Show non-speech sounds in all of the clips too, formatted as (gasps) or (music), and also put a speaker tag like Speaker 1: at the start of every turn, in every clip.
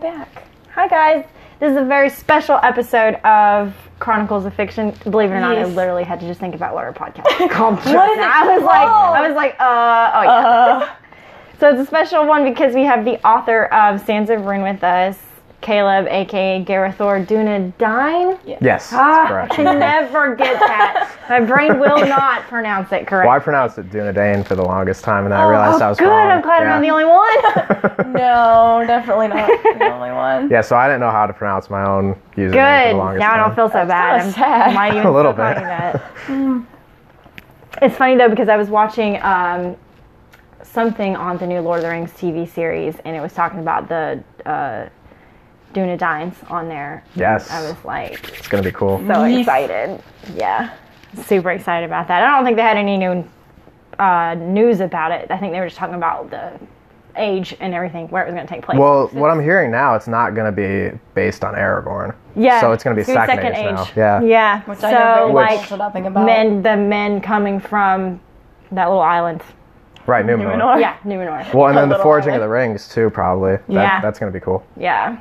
Speaker 1: back. Hi, guys. This is a very special episode of Chronicles of Fiction. Believe it or not, I
Speaker 2: Yes.
Speaker 1: literally had to just think about what our
Speaker 2: (laughs)
Speaker 1: podcast is called. what is
Speaker 2: What is it
Speaker 1: I was like,
Speaker 2: called?
Speaker 1: I was like, uh, oh yeah.
Speaker 2: Uh,
Speaker 1: So it's a special one because we have the author of Sands of Ruin with us, Caleb, aka Garathor Dune
Speaker 3: Yes.
Speaker 1: Ah,
Speaker 3: that's correct.
Speaker 1: I can never get that. My brain
Speaker 2: (laughs)
Speaker 1: will not pronounce it correctly.
Speaker 3: Well, I pronounced it Dunedain for the longest time, and then I
Speaker 1: oh,
Speaker 3: realized I was
Speaker 1: good.
Speaker 3: wrong.
Speaker 1: I'm glad I'm not the only
Speaker 2: (laughs)
Speaker 1: one.
Speaker 3: the only.
Speaker 2: no, definitely not
Speaker 1: (laughs)
Speaker 2: the only one.
Speaker 3: (laughs) yeah, so I didn't know how to pronounce my own username
Speaker 1: Good.
Speaker 3: for the longest
Speaker 1: Now I
Speaker 3: time.
Speaker 1: don't feel so bad.
Speaker 2: kinda sad.
Speaker 3: (laughs)
Speaker 1: might even
Speaker 3: A little
Speaker 1: still
Speaker 3: bit.
Speaker 1: calling
Speaker 3: (laughs)
Speaker 1: that. Hmm. it's funny though because I was watching um, something on the new Lord of the Rings TV series, and it was talking about the uh, Dunedains on there.
Speaker 3: Yes.
Speaker 1: I was like
Speaker 3: it's gonna be cool.
Speaker 1: so
Speaker 2: Yes.
Speaker 1: excited. Yeah, super excited about that. I don't think they had any new uh, news about it. I think they were just talking about the age and everything where it was going to take place.
Speaker 3: Well, what I'm hearing now, it's not gonna be based on Aragorn.
Speaker 1: yeah.
Speaker 3: So it's gonna be second, age now. Yeah.
Speaker 1: Yeah.
Speaker 2: Which
Speaker 1: so
Speaker 2: I know very
Speaker 1: like
Speaker 2: little to nothing about.
Speaker 1: men, the men coming from that little island.
Speaker 3: Right.
Speaker 1: (laughs)
Speaker 3: Numenor.
Speaker 2: Numenor.
Speaker 1: Yeah, Numenor.
Speaker 3: Well, and then the
Speaker 2: Little
Speaker 3: forging
Speaker 2: Island.
Speaker 3: of the rings too, probably. That,
Speaker 1: Yeah.
Speaker 3: That's gonna be cool.
Speaker 1: Yeah.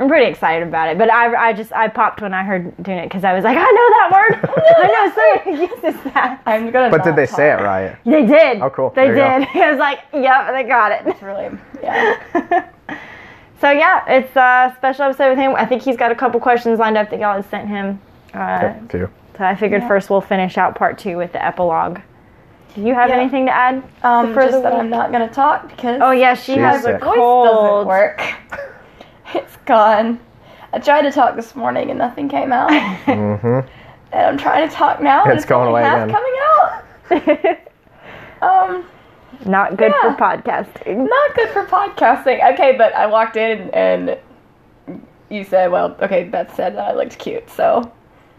Speaker 1: I'm pretty excited about it, but I, I just I popped when I heard doing it because I was like I know that word (laughs) I know so (laughs) uses that
Speaker 2: I'm gonna.
Speaker 3: But did
Speaker 2: not
Speaker 3: they
Speaker 2: talk.
Speaker 3: say it right?
Speaker 1: they did
Speaker 3: Oh, cool.
Speaker 1: they
Speaker 3: There you
Speaker 1: did (laughs) I was like yep they got it
Speaker 2: It's really, yeah.
Speaker 1: (laughs) So yeah, it's a special episode with him. I think he's got a couple questions lined up that y'all had sent him. Uh,
Speaker 3: Yep, Few.
Speaker 1: So I figured first we'll finish out part two with the epilogue. Do you have
Speaker 2: Yeah.
Speaker 1: anything to add?
Speaker 2: Um,
Speaker 1: For the
Speaker 2: just that
Speaker 1: week.
Speaker 2: I'm not gonna talk because
Speaker 1: Oh yeah, she
Speaker 3: She's
Speaker 1: has a
Speaker 3: sick.
Speaker 2: voice
Speaker 1: cold.
Speaker 2: doesn't work. (laughs) It's gone. I tried to talk this morning and nothing came
Speaker 1: (laughs)
Speaker 2: out. and
Speaker 3: Mm-hmm.
Speaker 2: I'm trying to talk now. and
Speaker 3: It's going
Speaker 2: only
Speaker 3: away
Speaker 2: half
Speaker 3: again.
Speaker 2: Coming out. Um,
Speaker 1: (laughs) Not good
Speaker 2: Yeah.
Speaker 1: for podcasting.
Speaker 2: not good for podcasting. Okay, but I walked in and you said, "Well, okay, Beth said that I looked cute." So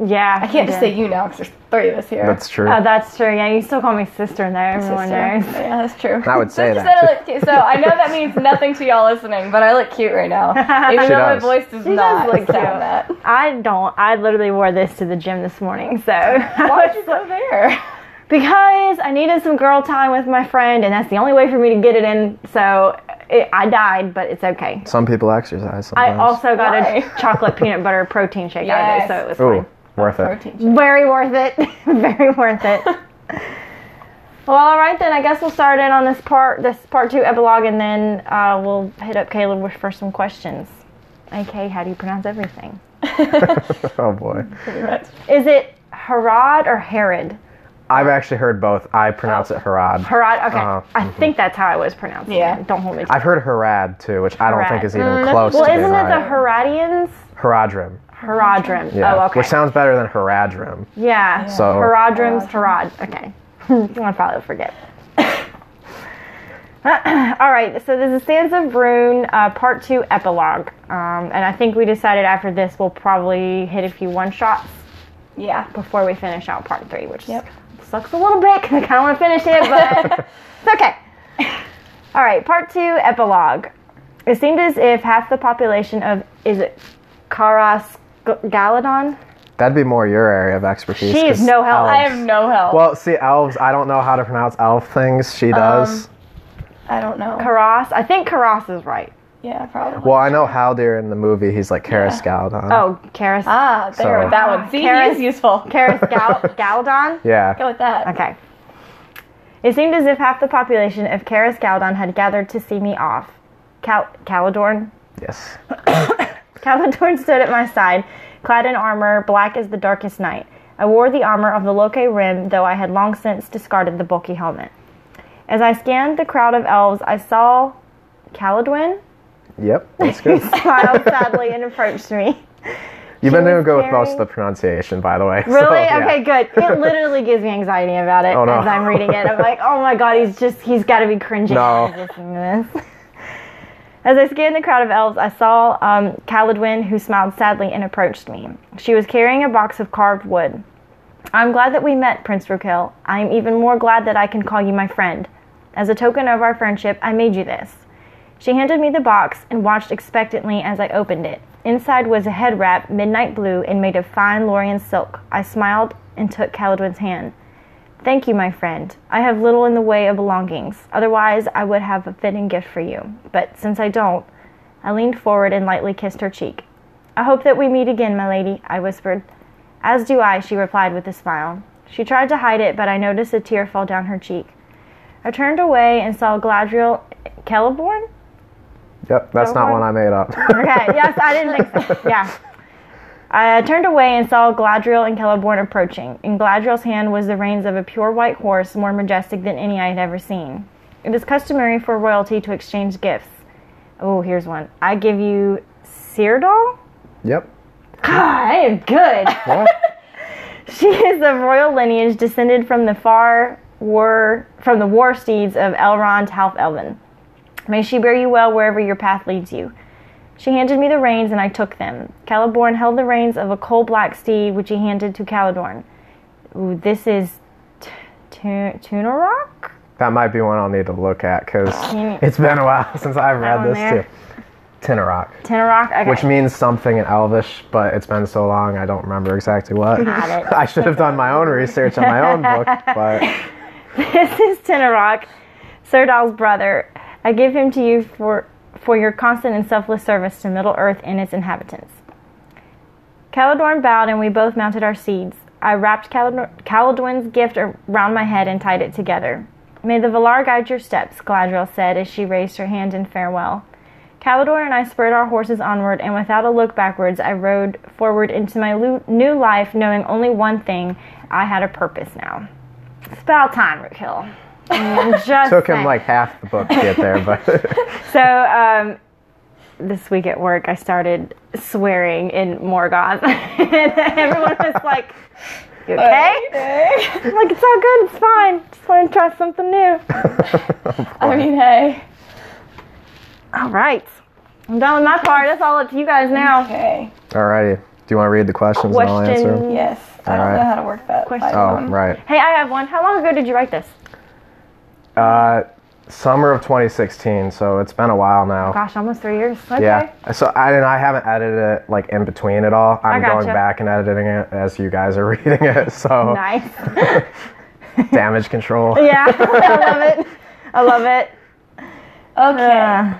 Speaker 1: Yeah,
Speaker 2: I can't just say you now because there's three of us here.
Speaker 3: That's true.
Speaker 1: Oh, that's true. Yeah, you still call me sister in there. Everyone
Speaker 2: Sister.
Speaker 1: knows.
Speaker 2: Yeah, that's true.
Speaker 3: I would say
Speaker 2: Sister
Speaker 3: that.
Speaker 2: said I look cute, so I know that (laughs) means nothing to y'all listening, but I look cute right (laughs) now, even
Speaker 3: She
Speaker 2: though my
Speaker 3: does.
Speaker 2: voice does
Speaker 1: does
Speaker 2: not
Speaker 1: look
Speaker 2: sound
Speaker 1: cute.
Speaker 2: that.
Speaker 1: I don't. I literally wore this to the gym this morning. So
Speaker 2: (laughs) Why would you go (laughs) there?
Speaker 1: (laughs) because I needed some girl time with my friend, and that's the only way for me to get it in. So it, I died, but it's okay.
Speaker 3: Some people exercise.
Speaker 1: I
Speaker 3: Sometimes.
Speaker 1: also got
Speaker 2: Why?
Speaker 1: a chocolate peanut butter protein shake
Speaker 2: Yes.
Speaker 1: out of it, so it was
Speaker 3: Ooh, worth it.
Speaker 2: Protein. shake.
Speaker 1: fine. Very worth it. (laughs) Very worth
Speaker 2: (laughs)
Speaker 1: it. well, all right then. I guess we'll start in on this part, this part two epilogue, and then uh, we'll hit up Caleb with- for some questions. Okay, how do you pronounce everything?
Speaker 3: (laughs) oh boy.
Speaker 2: Pretty much.
Speaker 1: Is it Herod or Herod?
Speaker 3: I've actually heard both. I pronounce it Harad.
Speaker 1: Herod. Okay,
Speaker 3: Uh-huh.
Speaker 1: I think that's how I was pronouncing
Speaker 2: Yeah.
Speaker 1: it. Don't hold me. to
Speaker 3: I've heard Harad too, which I don't
Speaker 1: Harad.
Speaker 3: think is even
Speaker 2: Mm,
Speaker 1: Mm-hmm.
Speaker 3: close
Speaker 1: Well,
Speaker 3: to being
Speaker 1: isn't it the
Speaker 3: right.
Speaker 1: Herodians?
Speaker 3: Haradrim.
Speaker 1: Herodrim.
Speaker 3: Yeah.
Speaker 1: Oh, okay.
Speaker 3: Which sounds better than Haradrim.
Speaker 1: yeah.
Speaker 3: So-
Speaker 1: Herodrim's Herod. Okay. (laughs) I'll probably forget. (coughs) All right. So this is Sands of Rune, uh, part two epilogue, um, and I think we decided after this we'll probably hit a few one shots
Speaker 2: Yeah.
Speaker 1: before we finish out part three, which
Speaker 2: Yep.
Speaker 1: sucks a little bit because I kind of want to finish it, but it's okay. All right, part two epilogue. It seemed as if half the population of is it Karas Galadon?
Speaker 3: That'd be more your area of expertise.
Speaker 1: She is
Speaker 3: 'cause
Speaker 1: no help.
Speaker 3: elves-
Speaker 2: I have no help.
Speaker 3: Well, see, elves. I don't know how to pronounce elf things. She
Speaker 1: Um,
Speaker 3: does.
Speaker 2: I don't know.
Speaker 1: Karas. I think Karas is right.
Speaker 2: yeah, probably.
Speaker 3: well, I know Haldir in the movie. He's like Karas Galadon.
Speaker 1: Oh, Karas
Speaker 2: ah, there,
Speaker 3: So-
Speaker 2: that one. See,
Speaker 1: Karis-
Speaker 2: he is useful.
Speaker 3: (laughs)
Speaker 1: Karas Gal- Galadon.
Speaker 3: Yeah.
Speaker 2: Go with that.
Speaker 1: Okay. It seemed as if half the population of Karas Galadon had gathered to see me off. Cal- (laughs) Caladorn.
Speaker 3: Yes.
Speaker 1: Calatorn stood at my side, clad in armor black as the darkest night. I wore the armor of the Loke Rim, though I had long since discarded the bulky helmet. As I scanned the crowd of elves, I saw (laughs) Caladwin
Speaker 3: Yep. That's good.
Speaker 1: smiled sadly and approached me.
Speaker 3: You've been doing
Speaker 1: was
Speaker 3: good with most
Speaker 1: very-
Speaker 3: of the pronunciation, by the way. (laughs) so,
Speaker 1: Really?
Speaker 3: yeah.
Speaker 1: Okay, good. It literally gives me anxiety about it
Speaker 3: Oh, no.
Speaker 1: as I'm reading it. I'm like, oh my god, he's just, he's got to be cringing
Speaker 3: No.
Speaker 1: as he's listening to this. As I scanned the crowd of elves, I saw um, Caladwin, who smiled sadly and approached me. She was carrying a box of carved wood. I'm glad that we met, Prince Rukil. I am even more glad that I can call you my friend. As a token of our friendship, I made you this. She handed me the box and watched expectantly as I opened it. Inside was a head wrap, midnight blue, and made of fine Lorien silk. I smiled and took Caladwin's hand. Thank you, my friend. I have little in the way of belongings. Otherwise, I would have a fitting gift for you. But since I don't, I leaned forward and lightly kissed her cheek. I hope that we meet again, my lady, I whispered. As do I, she replied with a smile. She tried to hide it, but I noticed a tear fall down her cheek. I turned away and saw Gladriel Celeborn.
Speaker 3: Yep, that's not
Speaker 1: Don't
Speaker 3: one I made up. (laughs)
Speaker 1: Okay, yes, I didn't think so. Yeah. I turned away and saw Gladriel and Celeborn approaching. In Gladriel's hand was the reins of a pure white horse, more majestic than any I had ever seen. It is customary for royalty to exchange gifts. Oh, here's one. I give you Cyrodiil.
Speaker 3: yep.
Speaker 1: I am good. (laughs)
Speaker 3: Yeah.
Speaker 1: she is of royal lineage, descended from the far war from the war steeds of Elrond Half Elven. May she bear you well wherever your path leads you. She handed me the reins, and I took them. Caliborn held the reins of a coal black steed, which he handed to Calidorn. Ooh, this is t- Tu- Tunarok.
Speaker 3: that might be one I'll need to look at because
Speaker 1: Can you-
Speaker 3: it's been a while (laughs) since I've read
Speaker 1: one
Speaker 3: this
Speaker 1: there?
Speaker 3: too. Tinarok,
Speaker 1: Tunarok. Okay.
Speaker 3: which means something in Elvish, but it's been so long I don't remember exactly what.
Speaker 1: Got it.
Speaker 3: (laughs) I should have done my own research on my
Speaker 1: (laughs)
Speaker 3: own book, but
Speaker 1: (laughs) This is Tinarok, Serdal's brother. I give him to you for, for your constant and selfless service to Middle Earth and its inhabitants. Caladorn bowed, and we both mounted our seats. I wrapped Calad- Caladorn's gift around my head and tied it together. May the Valar guide your steps, Gladriel said as she raised her hand in farewell. Caladorn and I spurred our horses onward, and without a look backwards, I rode forward into my lu- new life, knowing only one thing I had a purpose now. It's about time, Root
Speaker 3: (laughs)
Speaker 1: Hill. Just
Speaker 3: took him
Speaker 1: saying.
Speaker 3: like half the book to get there.
Speaker 1: (laughs)
Speaker 3: But (laughs)
Speaker 1: So um, this week at work, I started swearing in Morgoth, (laughs) and everyone was like, "You okay?" I'm like, "It's all good. It's fine. Just want to try something new."
Speaker 2: I mean, hey.
Speaker 1: All right, I'm done with my part. That's all up to you guys now.
Speaker 2: Okay.
Speaker 3: alrighty, do you want to read the questions and I'll answer? 'em?
Speaker 1: Question. Um,
Speaker 2: Yes. I don't
Speaker 3: Alright.
Speaker 2: know how to work that.
Speaker 1: Question.
Speaker 3: Oh,
Speaker 2: iPhone.
Speaker 3: right.
Speaker 1: Hey, I have one. How long ago did you write this?
Speaker 3: Uh, summer of 2016, so it's been a while now.
Speaker 1: Gosh, almost three years. Okay.
Speaker 3: Yeah. So I and I haven't edited it like in between at all. I'm
Speaker 1: gotcha.
Speaker 3: going back and editing it as you guys are (laughs) reading it. So
Speaker 1: Nice. (laughs)
Speaker 3: damage control.
Speaker 1: Yeah, (laughs) I love it. I love it.
Speaker 2: Okay.
Speaker 1: Uh,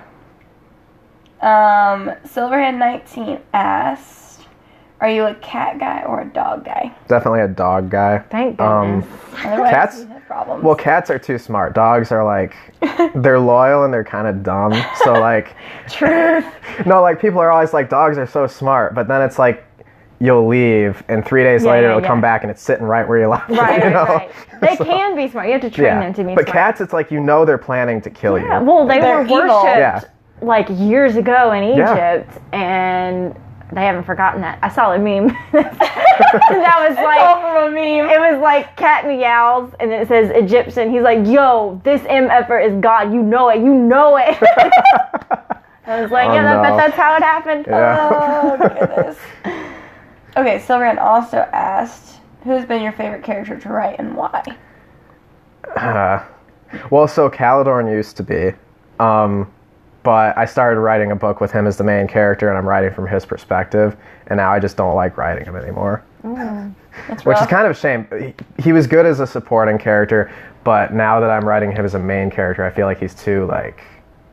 Speaker 2: Um, Silverhead19 asked, "Are you a cat guy or a dog guy?"
Speaker 3: Definitely a dog guy.
Speaker 1: thank
Speaker 3: Um,
Speaker 1: goodness.
Speaker 2: Otherwise,
Speaker 3: Cats?
Speaker 2: we have problems. (laughs)
Speaker 3: Well, cats are too smart. Dogs
Speaker 1: (laughs)
Speaker 3: are like they're loyal and they're kind of dumb. So like
Speaker 1: Truth.
Speaker 3: no, like people are always like dogs are so smart, but then it's like you'll leave and 3 days
Speaker 1: Yeah,
Speaker 3: later
Speaker 1: yeah,
Speaker 3: it'll come
Speaker 1: yeah.
Speaker 3: back and it's sitting right where (laughs) you left (laughs) it,
Speaker 1: Right,
Speaker 3: you know?
Speaker 1: right, right. They
Speaker 3: So,
Speaker 1: can be smart. You have to train
Speaker 3: yeah.
Speaker 1: them to be
Speaker 3: But
Speaker 1: smart.
Speaker 3: cats it's like you know they're planning to kill
Speaker 1: Yeah,
Speaker 3: you.
Speaker 1: well, they
Speaker 2: They're
Speaker 1: were
Speaker 2: evil.
Speaker 1: worshipped
Speaker 3: Yeah.
Speaker 1: like years ago in
Speaker 3: Yeah.
Speaker 1: Egypt, and they haven't forgotten that. I saw a meme (laughs) that was
Speaker 2: All
Speaker 1: like.
Speaker 2: from a meme.
Speaker 1: It was like cat meows, and then it says Egyptian. He's like, "Yo, this M effer is God. You know it. You know it." (laughs) I was like,
Speaker 3: Oh,
Speaker 1: "Yeah, that,
Speaker 3: no.
Speaker 1: that's how it happened."
Speaker 3: yeah.
Speaker 2: Oh goodness. okay, Silverhead also asked, "Who's been your favorite character to write and why?"
Speaker 3: Uh, well, so Calidorn used to be, um, but I started writing a book with him as the main character, and I'm writing from his perspective, and now I just don't like writing him anymore,
Speaker 2: Oh, That's
Speaker 3: (laughs) which is
Speaker 2: rough.
Speaker 3: kind of a shame. He, he was good as a supporting character, but now that I'm writing him as a main character, I feel like he's too like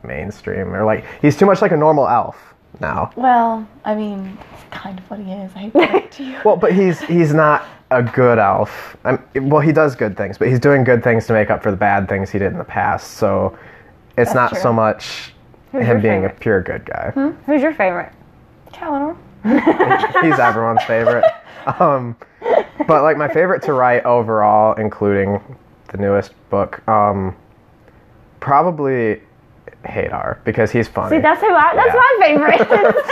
Speaker 3: mainstream or like he's too much like a normal elf now.
Speaker 2: well, I mean, it's kind of what he is. I hate to break it to (laughs) you.
Speaker 3: Well, but he's he's not a good elf. I'm, well, he does good things, but he's doing good things to make up for the bad things he did in the past. So it's not
Speaker 2: true.
Speaker 3: so much
Speaker 1: your
Speaker 3: him being
Speaker 1: favorite? Hmm?
Speaker 3: a pure good guy.
Speaker 1: Who's your favorite?
Speaker 2: Calendar.
Speaker 3: He's everyone's
Speaker 1: (laughs)
Speaker 3: favorite. Um, but like my favorite to write overall, including the newest book, um, probably Hadar because he's funny.
Speaker 1: See, that's who I. That's
Speaker 3: Yeah.
Speaker 1: my favorite. (laughs)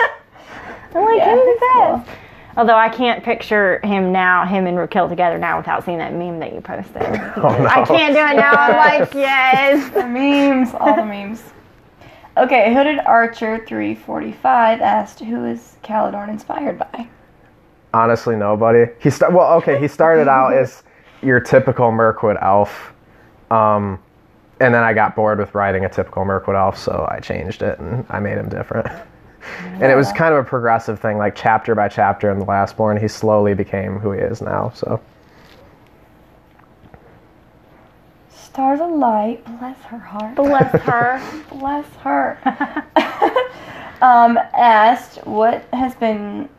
Speaker 1: I'm like,
Speaker 2: Yeah,
Speaker 1: him the
Speaker 2: he's cool.
Speaker 1: best. Although I can't picture him now, him and Raquel together now without seeing that meme that you posted.
Speaker 3: Oh, no.
Speaker 1: (laughs) I can't do it now. I'm (laughs) like, yes.
Speaker 2: The memes, all the memes. Okay, Hooded Archer 345 asked, "Who is Calidorn inspired by?"
Speaker 3: Honestly, nobody. He sta- well, okay. He
Speaker 2: (laughs)
Speaker 3: started out as your typical Mirkwood elf, um, and then I got bored with writing a typical Mirkwood elf, so I changed it and I made him different. (laughs) And it was kind of a progressive thing, like chapter by chapter in the last born, he slowly became who he is now. So
Speaker 2: Stars of light, bless her (laughs) heart.
Speaker 1: Bless her.
Speaker 2: Bless her. um, asked what has been,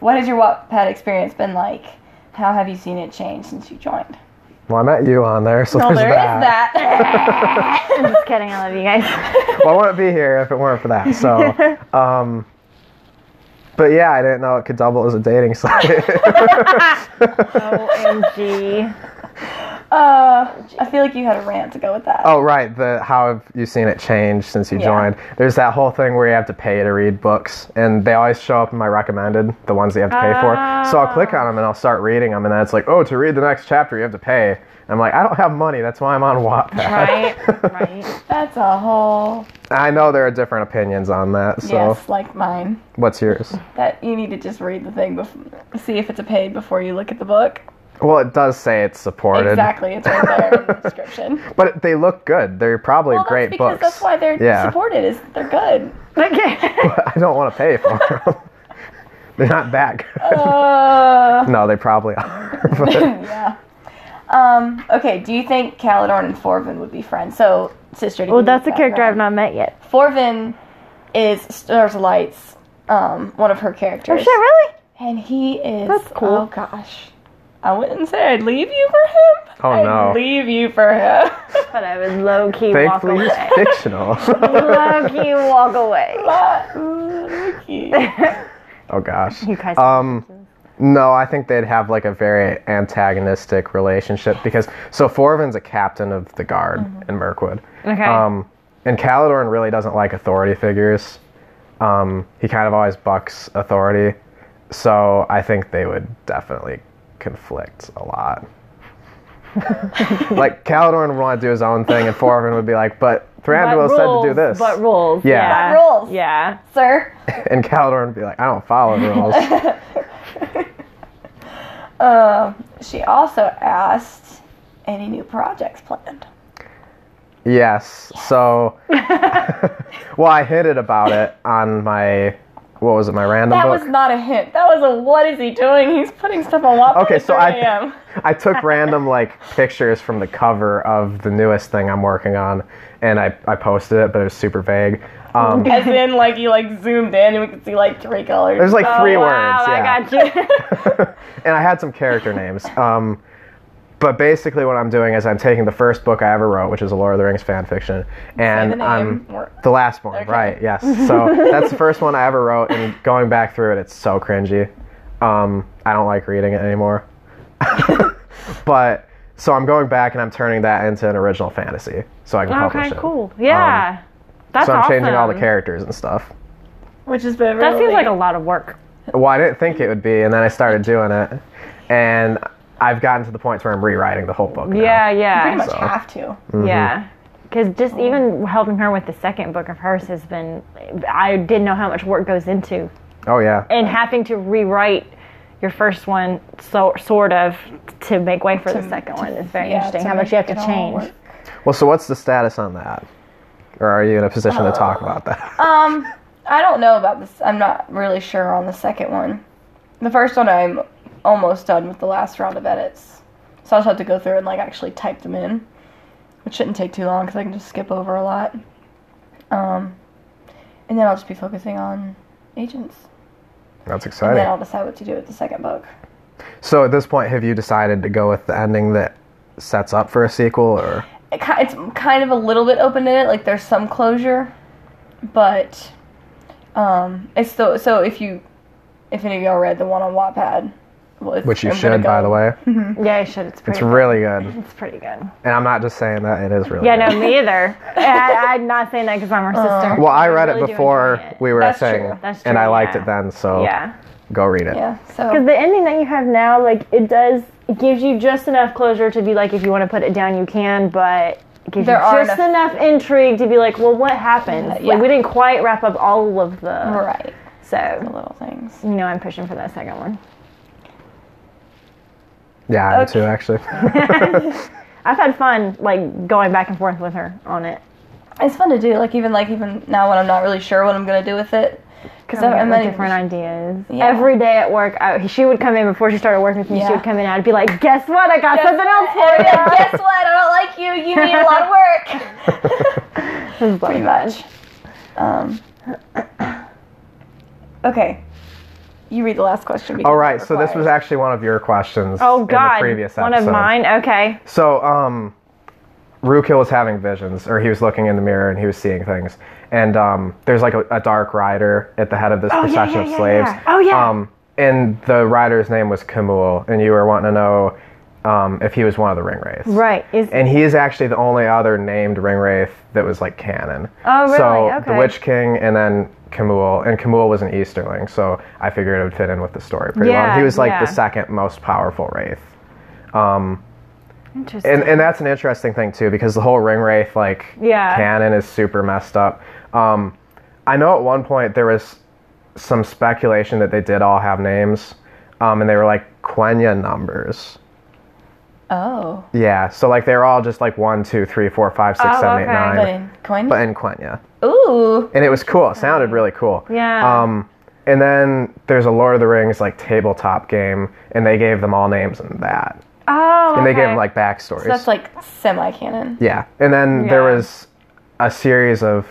Speaker 2: what has your Wattpad experience been like? How have you seen it change since you joined?
Speaker 3: Well, I met you on there, so
Speaker 2: Well,
Speaker 3: there's
Speaker 2: there is
Speaker 3: that.
Speaker 2: that.
Speaker 1: Just kidding. I love you guys.
Speaker 3: well, I wouldn't be here if it weren't for that.
Speaker 2: (laughs)
Speaker 3: So, um, but yeah, I didn't know it could double as a dating site. (laughs)
Speaker 1: OMG.
Speaker 2: (laughs) uh, I feel like you had a rant to go with that.
Speaker 3: oh, right. The how have you seen it change since you
Speaker 2: Yeah.
Speaker 3: joined? There's that whole thing where you have to pay to read books, and they always show up in my recommended, the ones that you have to pay for. So I'll click
Speaker 2: Ah.
Speaker 3: on them and I'll start reading them, and then it's like, oh, to read the next chapter, you have to pay. And I'm like, I don't have money. That's why I'm on Wattpad.
Speaker 1: (laughs) Right. Right.
Speaker 2: That's a whole
Speaker 3: (laughs) I know there are different opinions on that. So,
Speaker 2: yes, like mine.
Speaker 3: what's yours?
Speaker 2: That you need to just read the thing, bef- see if it's a paid before you look at the book.
Speaker 3: Well, it does say it's supported,
Speaker 2: Exactly, it's right there in the
Speaker 3: (laughs)
Speaker 2: description.
Speaker 3: but they look good. They're probably
Speaker 2: Well,
Speaker 3: great
Speaker 2: that's because
Speaker 3: books.
Speaker 2: that's why they're
Speaker 3: Yeah.
Speaker 2: supported. Is that they're good.
Speaker 1: Okay.
Speaker 3: (laughs) I don't want to pay for them. (laughs) They're not that
Speaker 2: Oh.
Speaker 3: good. (laughs)
Speaker 2: Uh,
Speaker 3: No, they probably are. (laughs) But
Speaker 2: yeah. Um, okay. Do you think Calidorn and Forvin would be friends? So sister. to
Speaker 1: Well,
Speaker 2: give you
Speaker 1: that's a character I've
Speaker 2: background.
Speaker 1: not met yet.
Speaker 2: Forvin is Stars of Lights. Um, one of her
Speaker 1: Oh
Speaker 2: characters.
Speaker 1: shit! Really?
Speaker 2: And he is.
Speaker 1: That's cool.
Speaker 2: Oh gosh. I wouldn't say I'd leave you for him.
Speaker 3: Oh,
Speaker 2: I'd
Speaker 3: no.
Speaker 2: Leave you for him. (laughs)
Speaker 1: But I would low key walk away.
Speaker 3: thankfully,
Speaker 1: (laughs)
Speaker 3: it's fictional. (laughs)
Speaker 1: low key walk away. (laughs)
Speaker 3: oh gosh.
Speaker 1: You guys.
Speaker 3: Um, no, I think they'd have like a very antagonistic relationship because so Forvin's a captain of the guard in Mirkwood.
Speaker 1: Mm-hmm. okay.
Speaker 3: Um, and Calidorn really doesn't like authority figures. Um, he kind of always bucks authority, so I think they would definitely conflict a
Speaker 1: (laughs)
Speaker 3: lot. like Calidorn would want to do his own thing, and Forvin would be like, "But Thranduil said to do this,"
Speaker 1: But rules.
Speaker 3: Yeah.
Speaker 1: yeah.
Speaker 2: But rules.
Speaker 1: Yeah.
Speaker 2: Sir.
Speaker 3: and Calidorn would be like, "I don't
Speaker 2: (laughs)
Speaker 3: follow rules."
Speaker 2: Uh, she also asked any new projects planned.
Speaker 3: yes. So, (laughs) well, I hinted about it on my what was it? My random
Speaker 2: That
Speaker 3: book.
Speaker 2: was not a hint. That was a what is he doing? He's putting stuff on Wattpad
Speaker 3: Okay,
Speaker 2: at
Speaker 3: so
Speaker 2: 3
Speaker 3: I-
Speaker 2: a.m. (laughs)
Speaker 3: I took random like pictures from the cover of the newest thing I'm working on, and I, I posted it, but it was super vague. Um,
Speaker 2: As in, like you like zoomed in and we could see like three colors.
Speaker 3: there's like
Speaker 1: Oh,
Speaker 3: three
Speaker 1: wow,
Speaker 3: words, yeah.
Speaker 1: I got you.
Speaker 3: (laughs) and I had some character names. Um, but basically, what I'm doing is I'm taking the first book I ever wrote, which is a Lord of the Rings fan fiction, and
Speaker 2: the name.
Speaker 3: I'm
Speaker 2: Or-
Speaker 3: the last one, right? Yes.
Speaker 1: (laughs)
Speaker 3: So that's the first one I ever wrote, and going back through it, it's so cringy. Um, I don't like reading it anymore. (laughs) but so I'm going back and I'm turning that into an original fantasy, so I can publish
Speaker 1: okay,
Speaker 3: it. Um,
Speaker 1: cool. Yeah. That's
Speaker 3: So I'm
Speaker 1: awesome.
Speaker 3: changing all the characters and stuff.
Speaker 2: which is better.
Speaker 1: That seems like a lot of work.
Speaker 3: Well, I didn't think it would be, and then I started doing it, and I've gotten to the point where I'm rewriting the whole book. now.
Speaker 1: Yeah, yeah.
Speaker 2: pretty much
Speaker 3: so.
Speaker 2: have to.
Speaker 3: Mm-hmm.
Speaker 1: Yeah. Because just even helping her with the second book of hers has been, I didn't know how much work goes into.
Speaker 3: Oh yeah.
Speaker 1: And having to rewrite your first one, so, sort of, to make way for the second one is very
Speaker 2: Yeah,
Speaker 1: interesting.
Speaker 2: to
Speaker 1: How much
Speaker 2: make
Speaker 1: you have to
Speaker 2: it all
Speaker 1: change.
Speaker 2: work.
Speaker 3: Well, so what's the status on that? Or are you in a position to talk about that?
Speaker 1: Uh,
Speaker 2: Um, I don't know about this. I'm not really sure on the second one. The first one, I'm almost done with the last round of edits, so I'll just have to go through and like actually type them in, which shouldn't take too long because I can just skip over a lot. Um, and then I'll just be focusing on agents.
Speaker 3: That's
Speaker 2: And then
Speaker 3: exciting.
Speaker 2: I'll decide what to do with the second book.
Speaker 3: So at this point, have you decided to go with the ending that sets up for a sequel, or
Speaker 2: It, ki- it's kind of a little bit open ended. Like there's some closure, but um, it's so so if you if any of y'all read the one on Wattpad, well, it's,
Speaker 3: which you
Speaker 2: I'm gonna
Speaker 3: should, by
Speaker 2: go-
Speaker 3: the way?
Speaker 1: Yeah, you should. It's pretty (laughs)
Speaker 3: It's really good,
Speaker 1: It's pretty good.
Speaker 3: and I'm not just saying that; it is really.
Speaker 1: Yeah,
Speaker 3: good.
Speaker 1: no, me
Speaker 3: (laughs)
Speaker 1: either. I, I'm not saying that because I'm her
Speaker 2: Uh,
Speaker 1: sister.
Speaker 3: Well, I read
Speaker 1: really
Speaker 3: it
Speaker 1: do
Speaker 3: before
Speaker 1: enjoy it.
Speaker 3: we were
Speaker 2: That's
Speaker 3: a thing,
Speaker 2: true.
Speaker 1: That's
Speaker 3: and
Speaker 1: true,
Speaker 3: I liked
Speaker 1: yeah.
Speaker 3: it then. So
Speaker 1: Yeah.
Speaker 3: go read it.
Speaker 2: Yeah,
Speaker 1: Because
Speaker 2: so
Speaker 1: the ending that you have now, like it does, it gives you just enough closure to be like, if you want to put it down, you can, but it gives
Speaker 2: There are
Speaker 1: you just enough. intrigue to be like, well, what happened?
Speaker 2: Yeah.
Speaker 1: Like we didn't quite wrap up all of the.
Speaker 2: right, the
Speaker 1: So
Speaker 2: little things.
Speaker 1: you know, I'm pushing for that second one.
Speaker 3: Yeah, I do
Speaker 2: Okay.
Speaker 3: too, actually.
Speaker 1: (laughs) I've had fun like going back and forth with her on it.
Speaker 2: It's fun to do. Like even like even now when I'm not really sure what I'm gonna do with it, because
Speaker 1: Coming
Speaker 2: I'm
Speaker 1: up with
Speaker 2: not even-
Speaker 1: different ideas.
Speaker 2: Yeah.
Speaker 1: Every day at work, I, she would come in before she started working with me.
Speaker 2: Yeah.
Speaker 1: She would come in, I'd be like, "Guess what? I got something else for you."
Speaker 2: Yeah, (laughs) Guess what? I don't like you. You need a lot of work. Pretty much. Um, Okay. You read the last question. because
Speaker 3: All
Speaker 2: I
Speaker 3: right, so this
Speaker 2: replied.
Speaker 3: was actually one of your questions.
Speaker 1: Oh God,
Speaker 3: in the previous
Speaker 1: one
Speaker 3: episode.
Speaker 1: of mine. Okay,
Speaker 3: So, um, Rukill was having visions, or he was looking in the mirror and he was seeing things. And um, there's like a, a dark rider at the head of this
Speaker 1: Oh, yeah,
Speaker 3: procession
Speaker 1: yeah,
Speaker 3: of
Speaker 1: yeah,
Speaker 3: slaves.
Speaker 1: yeah. Oh, yeah.
Speaker 3: Um, and the rider's name was Kamul, and you were wanting to know um, if he was one of the ring wraiths.
Speaker 1: right. Is
Speaker 3: And he is actually the only other named ring wraith that was like canon.
Speaker 1: Oh, really?
Speaker 3: So the
Speaker 1: Okay.
Speaker 3: Witch King, and then Kamul, and Kamul was an Easterling, so I figured it would fit in with the story pretty well.
Speaker 1: Yeah,
Speaker 3: He was like
Speaker 1: yeah.
Speaker 3: the second most powerful wraith. Um,
Speaker 1: interesting.
Speaker 3: And and that's an interesting thing too, because the whole ring wraith like
Speaker 1: Yeah.
Speaker 3: canon is super messed up. Um, I know at one point there was some speculation that they did all have names, um, and they were like Quenya numbers.
Speaker 2: Oh.
Speaker 3: Yeah, so like they're all just like one, two, three, four, five, six,
Speaker 1: Oh,
Speaker 3: seven, eight,
Speaker 1: okay.
Speaker 3: nine,
Speaker 2: But in coin?
Speaker 3: but in Quenya,
Speaker 2: Ooh.
Speaker 3: and it was cool. It sounded really cool.
Speaker 1: Yeah.
Speaker 3: Um, and then there's a Lord of the Rings like tabletop game, and they gave them all names and that,
Speaker 1: oh,
Speaker 3: and they gave
Speaker 1: okay.
Speaker 3: them like backstories.
Speaker 2: So that's like semi canon.
Speaker 3: Yeah, and then there
Speaker 1: Yeah.
Speaker 3: was a series of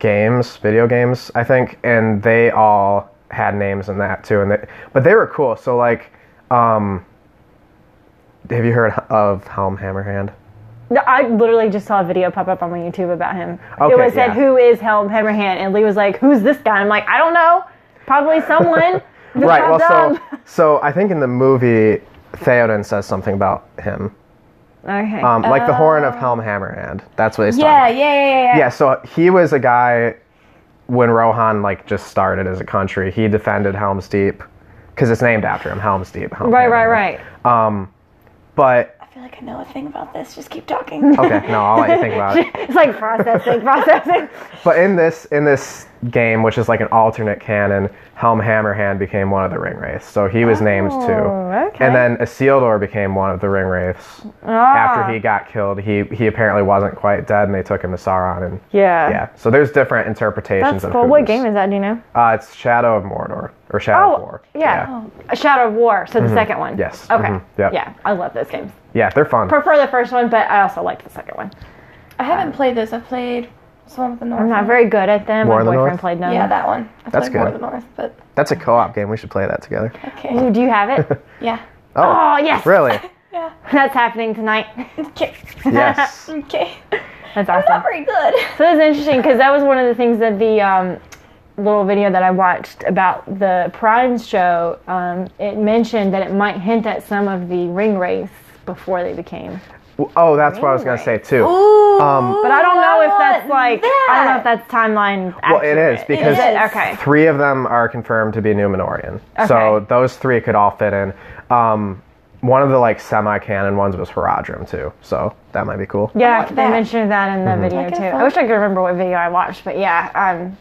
Speaker 3: games, video games, I think, and they all had names in that too. And they, but they were cool. So like, um, have you heard of Helm Hammerhand?
Speaker 1: No, I literally just saw a video pop up on my YouTube about him.
Speaker 3: Okay,
Speaker 1: it was said,
Speaker 3: yeah.
Speaker 1: "Who is Helm Hammerhand?" And Lee was like, "Who's this guy?" I'm like, "I don't know. Probably
Speaker 3: (laughs)
Speaker 1: someone." that
Speaker 3: Right.
Speaker 1: popped
Speaker 3: Well,
Speaker 1: up." (laughs)
Speaker 3: so so I think in the movie Theoden says something about him,
Speaker 1: okay.
Speaker 3: um, like the horn
Speaker 1: Oh.
Speaker 3: of Helm Hammerhand. That's what he's talking
Speaker 2: Yeah, yeah, yeah, yeah.
Speaker 3: yeah so he was a guy when rohan like just started as a country he defended helms deep because it's named after him helms deep Helm-
Speaker 1: right, right, right.
Speaker 3: um but
Speaker 2: I feel like I know a thing about this. Just keep
Speaker 1: (laughs)
Speaker 2: talking.
Speaker 3: okay no i'll let you think about it
Speaker 1: it's like
Speaker 3: (laughs)
Speaker 1: processing, processing.
Speaker 3: but in this in this game which is like an alternate canon helm hammerhand became one of the ring wraiths so he was named too
Speaker 1: Oh, okay.
Speaker 3: and then isildur became one of the ring wraiths
Speaker 1: Ah.
Speaker 3: after he got killed he he apparently wasn't quite dead and they took him to sauron and
Speaker 1: Yeah.
Speaker 3: yeah so there's different interpretations
Speaker 1: That's
Speaker 3: of
Speaker 1: cool.
Speaker 3: who
Speaker 1: What
Speaker 3: was-
Speaker 1: game is that? Do you know? Oh,
Speaker 3: Uh, it's Shadow of Mordor or Shadow of War. Mm-hmm.
Speaker 1: yeah. A Shadow of War. So the second one.
Speaker 3: Yes.
Speaker 1: Okay.
Speaker 3: Mhm. Yep.
Speaker 1: Yeah. I love those games.
Speaker 3: Yeah, they're fun.
Speaker 1: Prefer the first one, but I also like the second one.
Speaker 2: I haven't played this. I've played what's the one with the north.
Speaker 1: I'm not very good at them.
Speaker 3: War
Speaker 1: My
Speaker 3: of the
Speaker 1: boyfriend
Speaker 3: North?
Speaker 1: played them.
Speaker 2: Yeah, that one. I
Speaker 3: That's
Speaker 2: played War
Speaker 3: good.
Speaker 2: of the North, but
Speaker 3: That's a co-op game. We should play that together.
Speaker 2: okay.
Speaker 1: Ooh, do you have
Speaker 3: (laughs)
Speaker 1: it?
Speaker 2: Yeah. (laughs)
Speaker 3: Oh,
Speaker 1: oh yes. (laughs)
Speaker 3: really?
Speaker 2: Yeah.
Speaker 1: That's happening tonight. (laughs)
Speaker 2: Okay.
Speaker 3: Yes.
Speaker 2: Okay.
Speaker 1: That's
Speaker 2: I'm not
Speaker 1: awesome.
Speaker 2: very good.
Speaker 1: (laughs) So that's interesting because that was one of the things that the um, little video that I watched about the Prime show. Um, it mentioned that it might hint at some of the ring race before they became.
Speaker 3: W- Oh, that's what I was gonna say too.
Speaker 2: Ooh.
Speaker 3: Um,
Speaker 1: But I don't know if that's
Speaker 2: want
Speaker 1: like I don't know if
Speaker 2: that.
Speaker 1: that's timeline.
Speaker 3: Well, it
Speaker 1: accurate.
Speaker 3: is, because-
Speaker 1: Is it? okay.
Speaker 3: Three of them are confirmed to be Numenorean, so
Speaker 1: Okay.
Speaker 3: those three could all fit in. Um, one of the like semi-canon ones was Haradrim too, so that might be cool.
Speaker 1: Yeah,
Speaker 2: like
Speaker 1: they
Speaker 2: that.
Speaker 1: mentioned that in
Speaker 3: Mm-hmm.
Speaker 1: the video
Speaker 2: Like a
Speaker 1: too.
Speaker 2: fun-
Speaker 1: I wish I could remember what video I watched, but yeah, um,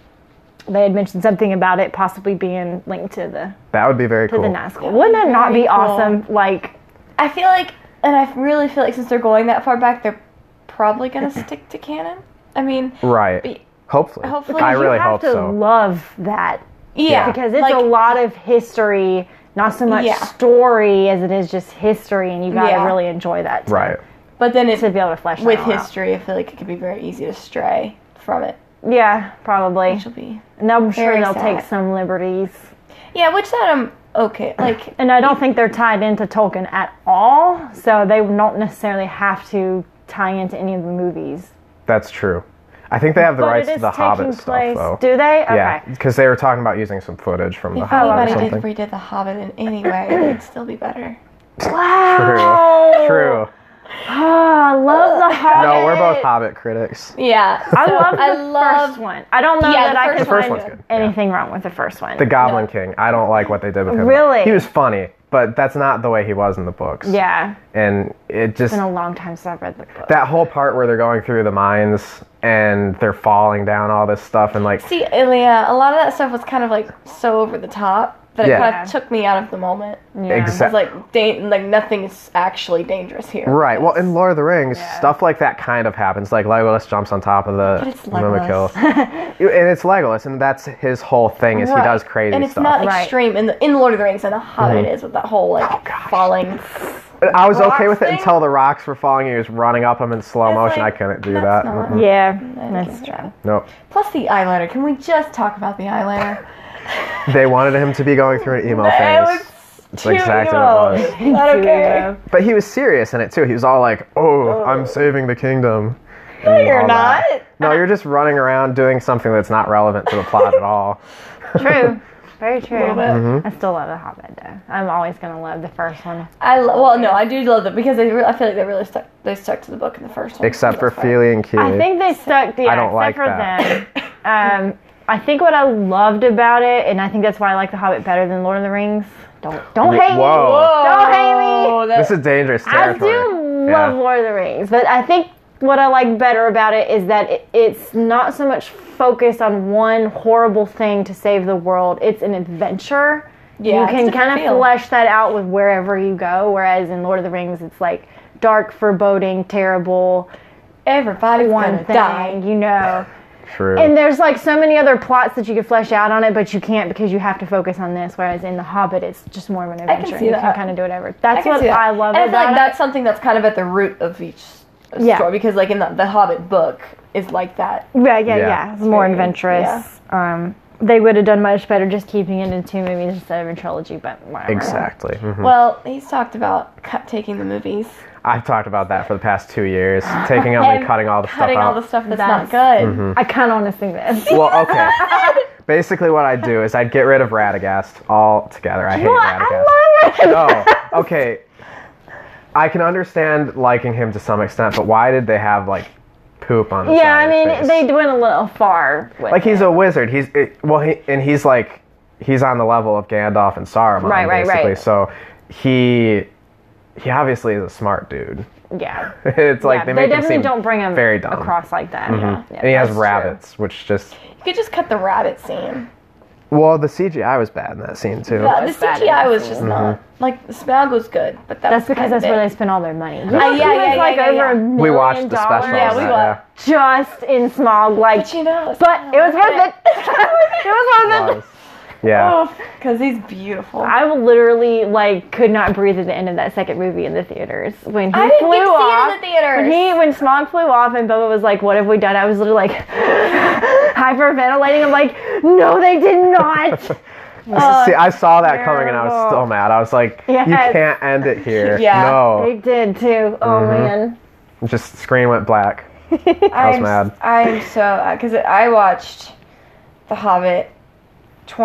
Speaker 1: they had mentioned something about it possibly being linked to the
Speaker 3: That would be very
Speaker 1: to
Speaker 3: cool.
Speaker 1: the Nazgul. Wouldn't that not be
Speaker 2: Very cool.
Speaker 1: awesome? Like,
Speaker 2: I feel like, and I really feel like since they're going that far back, they're probably
Speaker 1: (laughs)
Speaker 2: gonna stick to canon. I mean,
Speaker 3: Right.
Speaker 2: Be-
Speaker 3: hopefully.
Speaker 2: Hopefully.
Speaker 3: I
Speaker 2: You
Speaker 3: really
Speaker 1: you have
Speaker 3: hope
Speaker 1: to
Speaker 3: so.
Speaker 1: love that
Speaker 2: yeah,
Speaker 1: because it's
Speaker 2: like,
Speaker 1: a lot of history, not so much
Speaker 2: Yeah.
Speaker 1: story as it is just history, and you gotta
Speaker 2: Yeah.
Speaker 1: really enjoy that to,
Speaker 3: right.
Speaker 2: But then it's
Speaker 1: to be able to flesh that
Speaker 2: with
Speaker 1: all out.
Speaker 2: history. I feel like it could be very easy to stray from it.
Speaker 1: Yeah, probably.
Speaker 2: Which will be
Speaker 1: And I'm sure
Speaker 2: Very
Speaker 1: they'll
Speaker 2: sad.
Speaker 1: take some liberties.
Speaker 2: yeah, which that I'm okay.
Speaker 3: (clears throat)
Speaker 2: Like
Speaker 1: And I don't think they're tied into Tolkien at all, so they don't necessarily have to tie into any of the movies.
Speaker 3: That's true. I think they have the
Speaker 1: but
Speaker 3: rights
Speaker 1: it
Speaker 3: to
Speaker 1: is
Speaker 3: the
Speaker 1: taking
Speaker 3: Hobbit
Speaker 1: place.
Speaker 3: stuff though.
Speaker 1: Do they? Okay.
Speaker 3: Yeah, because they were talking about using some footage from the
Speaker 2: if
Speaker 3: Hobbit or
Speaker 2: anybody did
Speaker 3: something.
Speaker 2: redid The Hobbit in any way, it would still be
Speaker 3: (laughs)
Speaker 2: better.
Speaker 1: Wow.
Speaker 3: True.
Speaker 1: Oh, I love the Hobbit.
Speaker 3: No, we're both Hobbit critics.
Speaker 2: Yeah,
Speaker 1: I love the
Speaker 2: I love-
Speaker 1: first one. I don't know that
Speaker 2: Yeah, the
Speaker 1: I
Speaker 2: first
Speaker 1: could
Speaker 2: one.
Speaker 1: find
Speaker 3: The first one's good, yeah.
Speaker 1: anything wrong with the first one.
Speaker 3: The Goblin King. I don't like what they did with him.
Speaker 1: Really?
Speaker 3: He was funny, but that's not the way he was in the books.
Speaker 1: yeah,
Speaker 3: And it just
Speaker 1: it's been a long time since I've read the book.
Speaker 3: that whole part where they're going through the mines and they're falling down all this stuff and like
Speaker 2: See, Ilya, a lot of that stuff was kind of like so over the top that it
Speaker 3: Yeah.
Speaker 2: kind of took me out of the moment.
Speaker 1: yeah.
Speaker 3: exactly
Speaker 2: It's like da- like nothing is actually dangerous here.
Speaker 3: Right. Well, in Lord of the Rings,
Speaker 1: Yeah.
Speaker 3: stuff like that kind of happens. Like Legolas jumps on top of the
Speaker 2: But it's
Speaker 3: Mimikill.
Speaker 2: (laughs)
Speaker 3: and it's Legolas, and that's his whole thing is he
Speaker 2: Right.
Speaker 3: does crazy
Speaker 2: and it's
Speaker 3: stuff. Mm-hmm.
Speaker 2: not
Speaker 1: Right.
Speaker 2: extreme in the in Lord of the Rings and the Hobbit it is with that whole
Speaker 3: Oh,
Speaker 2: like falling.
Speaker 3: But I was okay
Speaker 2: rocks
Speaker 3: with it
Speaker 2: thing?
Speaker 3: until the rocks were falling. He was running up them in slow
Speaker 2: It's
Speaker 3: motion.
Speaker 2: like,
Speaker 3: I couldn't do
Speaker 2: that's
Speaker 3: that.
Speaker 2: not-
Speaker 1: (laughs)
Speaker 3: Mm-mm.
Speaker 1: yeah,
Speaker 2: I don't
Speaker 1: that's
Speaker 2: give a
Speaker 1: true.
Speaker 2: crap.
Speaker 3: Nope.
Speaker 2: Plus the eyeliner. Can we just talk about the eyeliner?
Speaker 3: They wanted him to be going through an emo phase. That's exactly what it was.
Speaker 2: (laughs)
Speaker 1: (laughs)
Speaker 2: I don't care.
Speaker 3: But he was serious in it too. He was all like, "Oh, I'm saving the kingdom." No,
Speaker 1: you're not.
Speaker 3: No, you're just running around doing something that's not relevant to the plot at all.
Speaker 2: (laughs)
Speaker 1: True. Very true.
Speaker 2: little bit.
Speaker 3: Mm-hmm.
Speaker 1: I still love The Hobbit though. I'm always gonna love the first one.
Speaker 2: I lo- well, no, I do love them because they. Re- I feel like they really stuck. They stuck to the book in the first one.
Speaker 3: Except for
Speaker 2: That's fine.
Speaker 3: Feely and Keely.
Speaker 1: I think they stuck. Yeah,
Speaker 3: I
Speaker 1: except
Speaker 3: don't like
Speaker 1: for
Speaker 3: that. (laughs)
Speaker 1: them. Um, I think what I loved about it, and I think that's why I like The Hobbit better than Lord of the Rings. Don't don't
Speaker 3: Wh-
Speaker 1: hate
Speaker 3: whoa.
Speaker 1: me. Don't hate
Speaker 2: Oh,
Speaker 1: me.
Speaker 2: that-
Speaker 3: this is dangerous
Speaker 1: I
Speaker 3: territory.
Speaker 1: do
Speaker 3: Yeah.
Speaker 1: love Lord of the Rings, but I think what I like better about it is that it, it's not so much focused on one horrible thing to save the world. It's an adventure.
Speaker 2: Yeah,
Speaker 1: you
Speaker 2: it's
Speaker 1: can
Speaker 2: a
Speaker 1: kind of
Speaker 2: feel.
Speaker 1: flesh that out with wherever you go. Whereas in Lord of the Rings, it's like dark, foreboding, terrible
Speaker 2: Everybody's
Speaker 1: one
Speaker 2: gonna
Speaker 1: thing,
Speaker 2: die.
Speaker 1: you know.
Speaker 3: True.
Speaker 1: And there's like so many other plots that you could flesh out on it, but you can't because you have to focus on this. Whereas in The Hobbit, it's just more of an adventure.
Speaker 2: see
Speaker 1: you can
Speaker 2: that.
Speaker 1: kind of do whatever.
Speaker 2: I
Speaker 1: That's
Speaker 2: can
Speaker 1: what
Speaker 2: see that.
Speaker 1: I love
Speaker 2: And I feel
Speaker 1: about
Speaker 2: like
Speaker 1: it.
Speaker 2: that's something that's kind of at the root of each
Speaker 1: Yeah. Mm.
Speaker 2: story because, like in the, the Hobbit book, is like that.
Speaker 1: Yeah, yeah,
Speaker 3: Yeah.
Speaker 1: yeah. It's more
Speaker 2: very-
Speaker 1: adventurous. Um, they would have done much better just keeping it in two movies instead of a trilogy, but whatever.
Speaker 3: exactly. Mhm.
Speaker 2: Well, he's talked about cut, taking the movies,
Speaker 3: I've talked about that for the past two years. Taking out and
Speaker 2: And
Speaker 3: cutting all the
Speaker 2: cutting
Speaker 3: stuff out. Mm-hmm.
Speaker 2: all the stuff that's,
Speaker 1: That's-
Speaker 2: not good.
Speaker 1: I kind of want to sing this.
Speaker 3: Well, okay. Basically, what I'd do is I'd get rid of Radagast altogether. I hate
Speaker 1: Well,
Speaker 3: Radagast.
Speaker 1: I love it.
Speaker 3: oh, okay. I can understand liking him to some extent, but why did they have like poop on his
Speaker 1: Yeah, I mean, they went a little far. With
Speaker 3: like he's
Speaker 1: it.
Speaker 3: a wizard. He's it, well, he and he's like he's on the level of Gandalf and Saruman,
Speaker 1: Right, right,
Speaker 3: basically.
Speaker 1: right.
Speaker 3: So he he obviously is a smart dude. (laughs)
Speaker 1: yeah.
Speaker 3: it's like
Speaker 1: Yeah,
Speaker 3: they make him
Speaker 1: definitely
Speaker 3: seem
Speaker 1: don't bring him
Speaker 3: very dumb. Mm-hmm.
Speaker 1: across like that. Yeah. Yeah,
Speaker 3: and he has
Speaker 1: that's true.
Speaker 3: rabbits, which just
Speaker 2: You could just cut the rabbit scene.
Speaker 3: well, the CGI was bad in that scene too.
Speaker 2: The, the
Speaker 1: It's bad
Speaker 2: CGI
Speaker 1: in
Speaker 2: was
Speaker 3: Mm-hmm.
Speaker 2: just not like Smaug was good, but that
Speaker 1: That's
Speaker 2: was
Speaker 1: because
Speaker 2: kind of
Speaker 1: that's where
Speaker 2: it.
Speaker 1: they spend all their money. You
Speaker 2: Uh,
Speaker 1: know, it
Speaker 2: yeah,
Speaker 1: was
Speaker 2: yeah,
Speaker 1: like
Speaker 2: yeah, yeah,
Speaker 1: over a
Speaker 2: yeah.
Speaker 1: million
Speaker 3: we watched the
Speaker 1: dollars
Speaker 3: special.
Speaker 2: Yeah,
Speaker 3: on
Speaker 2: we
Speaker 3: that,
Speaker 2: wa-
Speaker 1: just in smog, like.
Speaker 2: But you know, it's
Speaker 1: But it was worth it.
Speaker 2: (laughs)
Speaker 1: (laughs) it was worth it.
Speaker 3: yeah.
Speaker 1: (laughs)
Speaker 3: Yeah.
Speaker 2: because Oh, he's beautiful.
Speaker 1: I literally like could not breathe at the end of that second movie in the theaters when he
Speaker 2: I didn't
Speaker 1: flew
Speaker 2: get to see it in
Speaker 1: off.
Speaker 2: the theaters.
Speaker 1: When he when Smog flew off and Boba was like, "What have we done?" I was literally like (laughs) hyperventilating. I'm like, "No, they did
Speaker 3: (laughs)
Speaker 1: not." (laughs) Uh,
Speaker 2: Oh,
Speaker 3: See, I saw that coming and I was
Speaker 1: terrible.
Speaker 3: still mad. I was like, you
Speaker 1: Yes.
Speaker 3: can't end it here.
Speaker 2: (laughs) Yeah.
Speaker 1: they
Speaker 3: No.
Speaker 1: did too. Oh man.
Speaker 3: Mm-hmm. Just screen went black.
Speaker 1: (laughs)
Speaker 3: I was
Speaker 2: I'm,
Speaker 3: mad.
Speaker 2: I'm so because I watched The Hobbit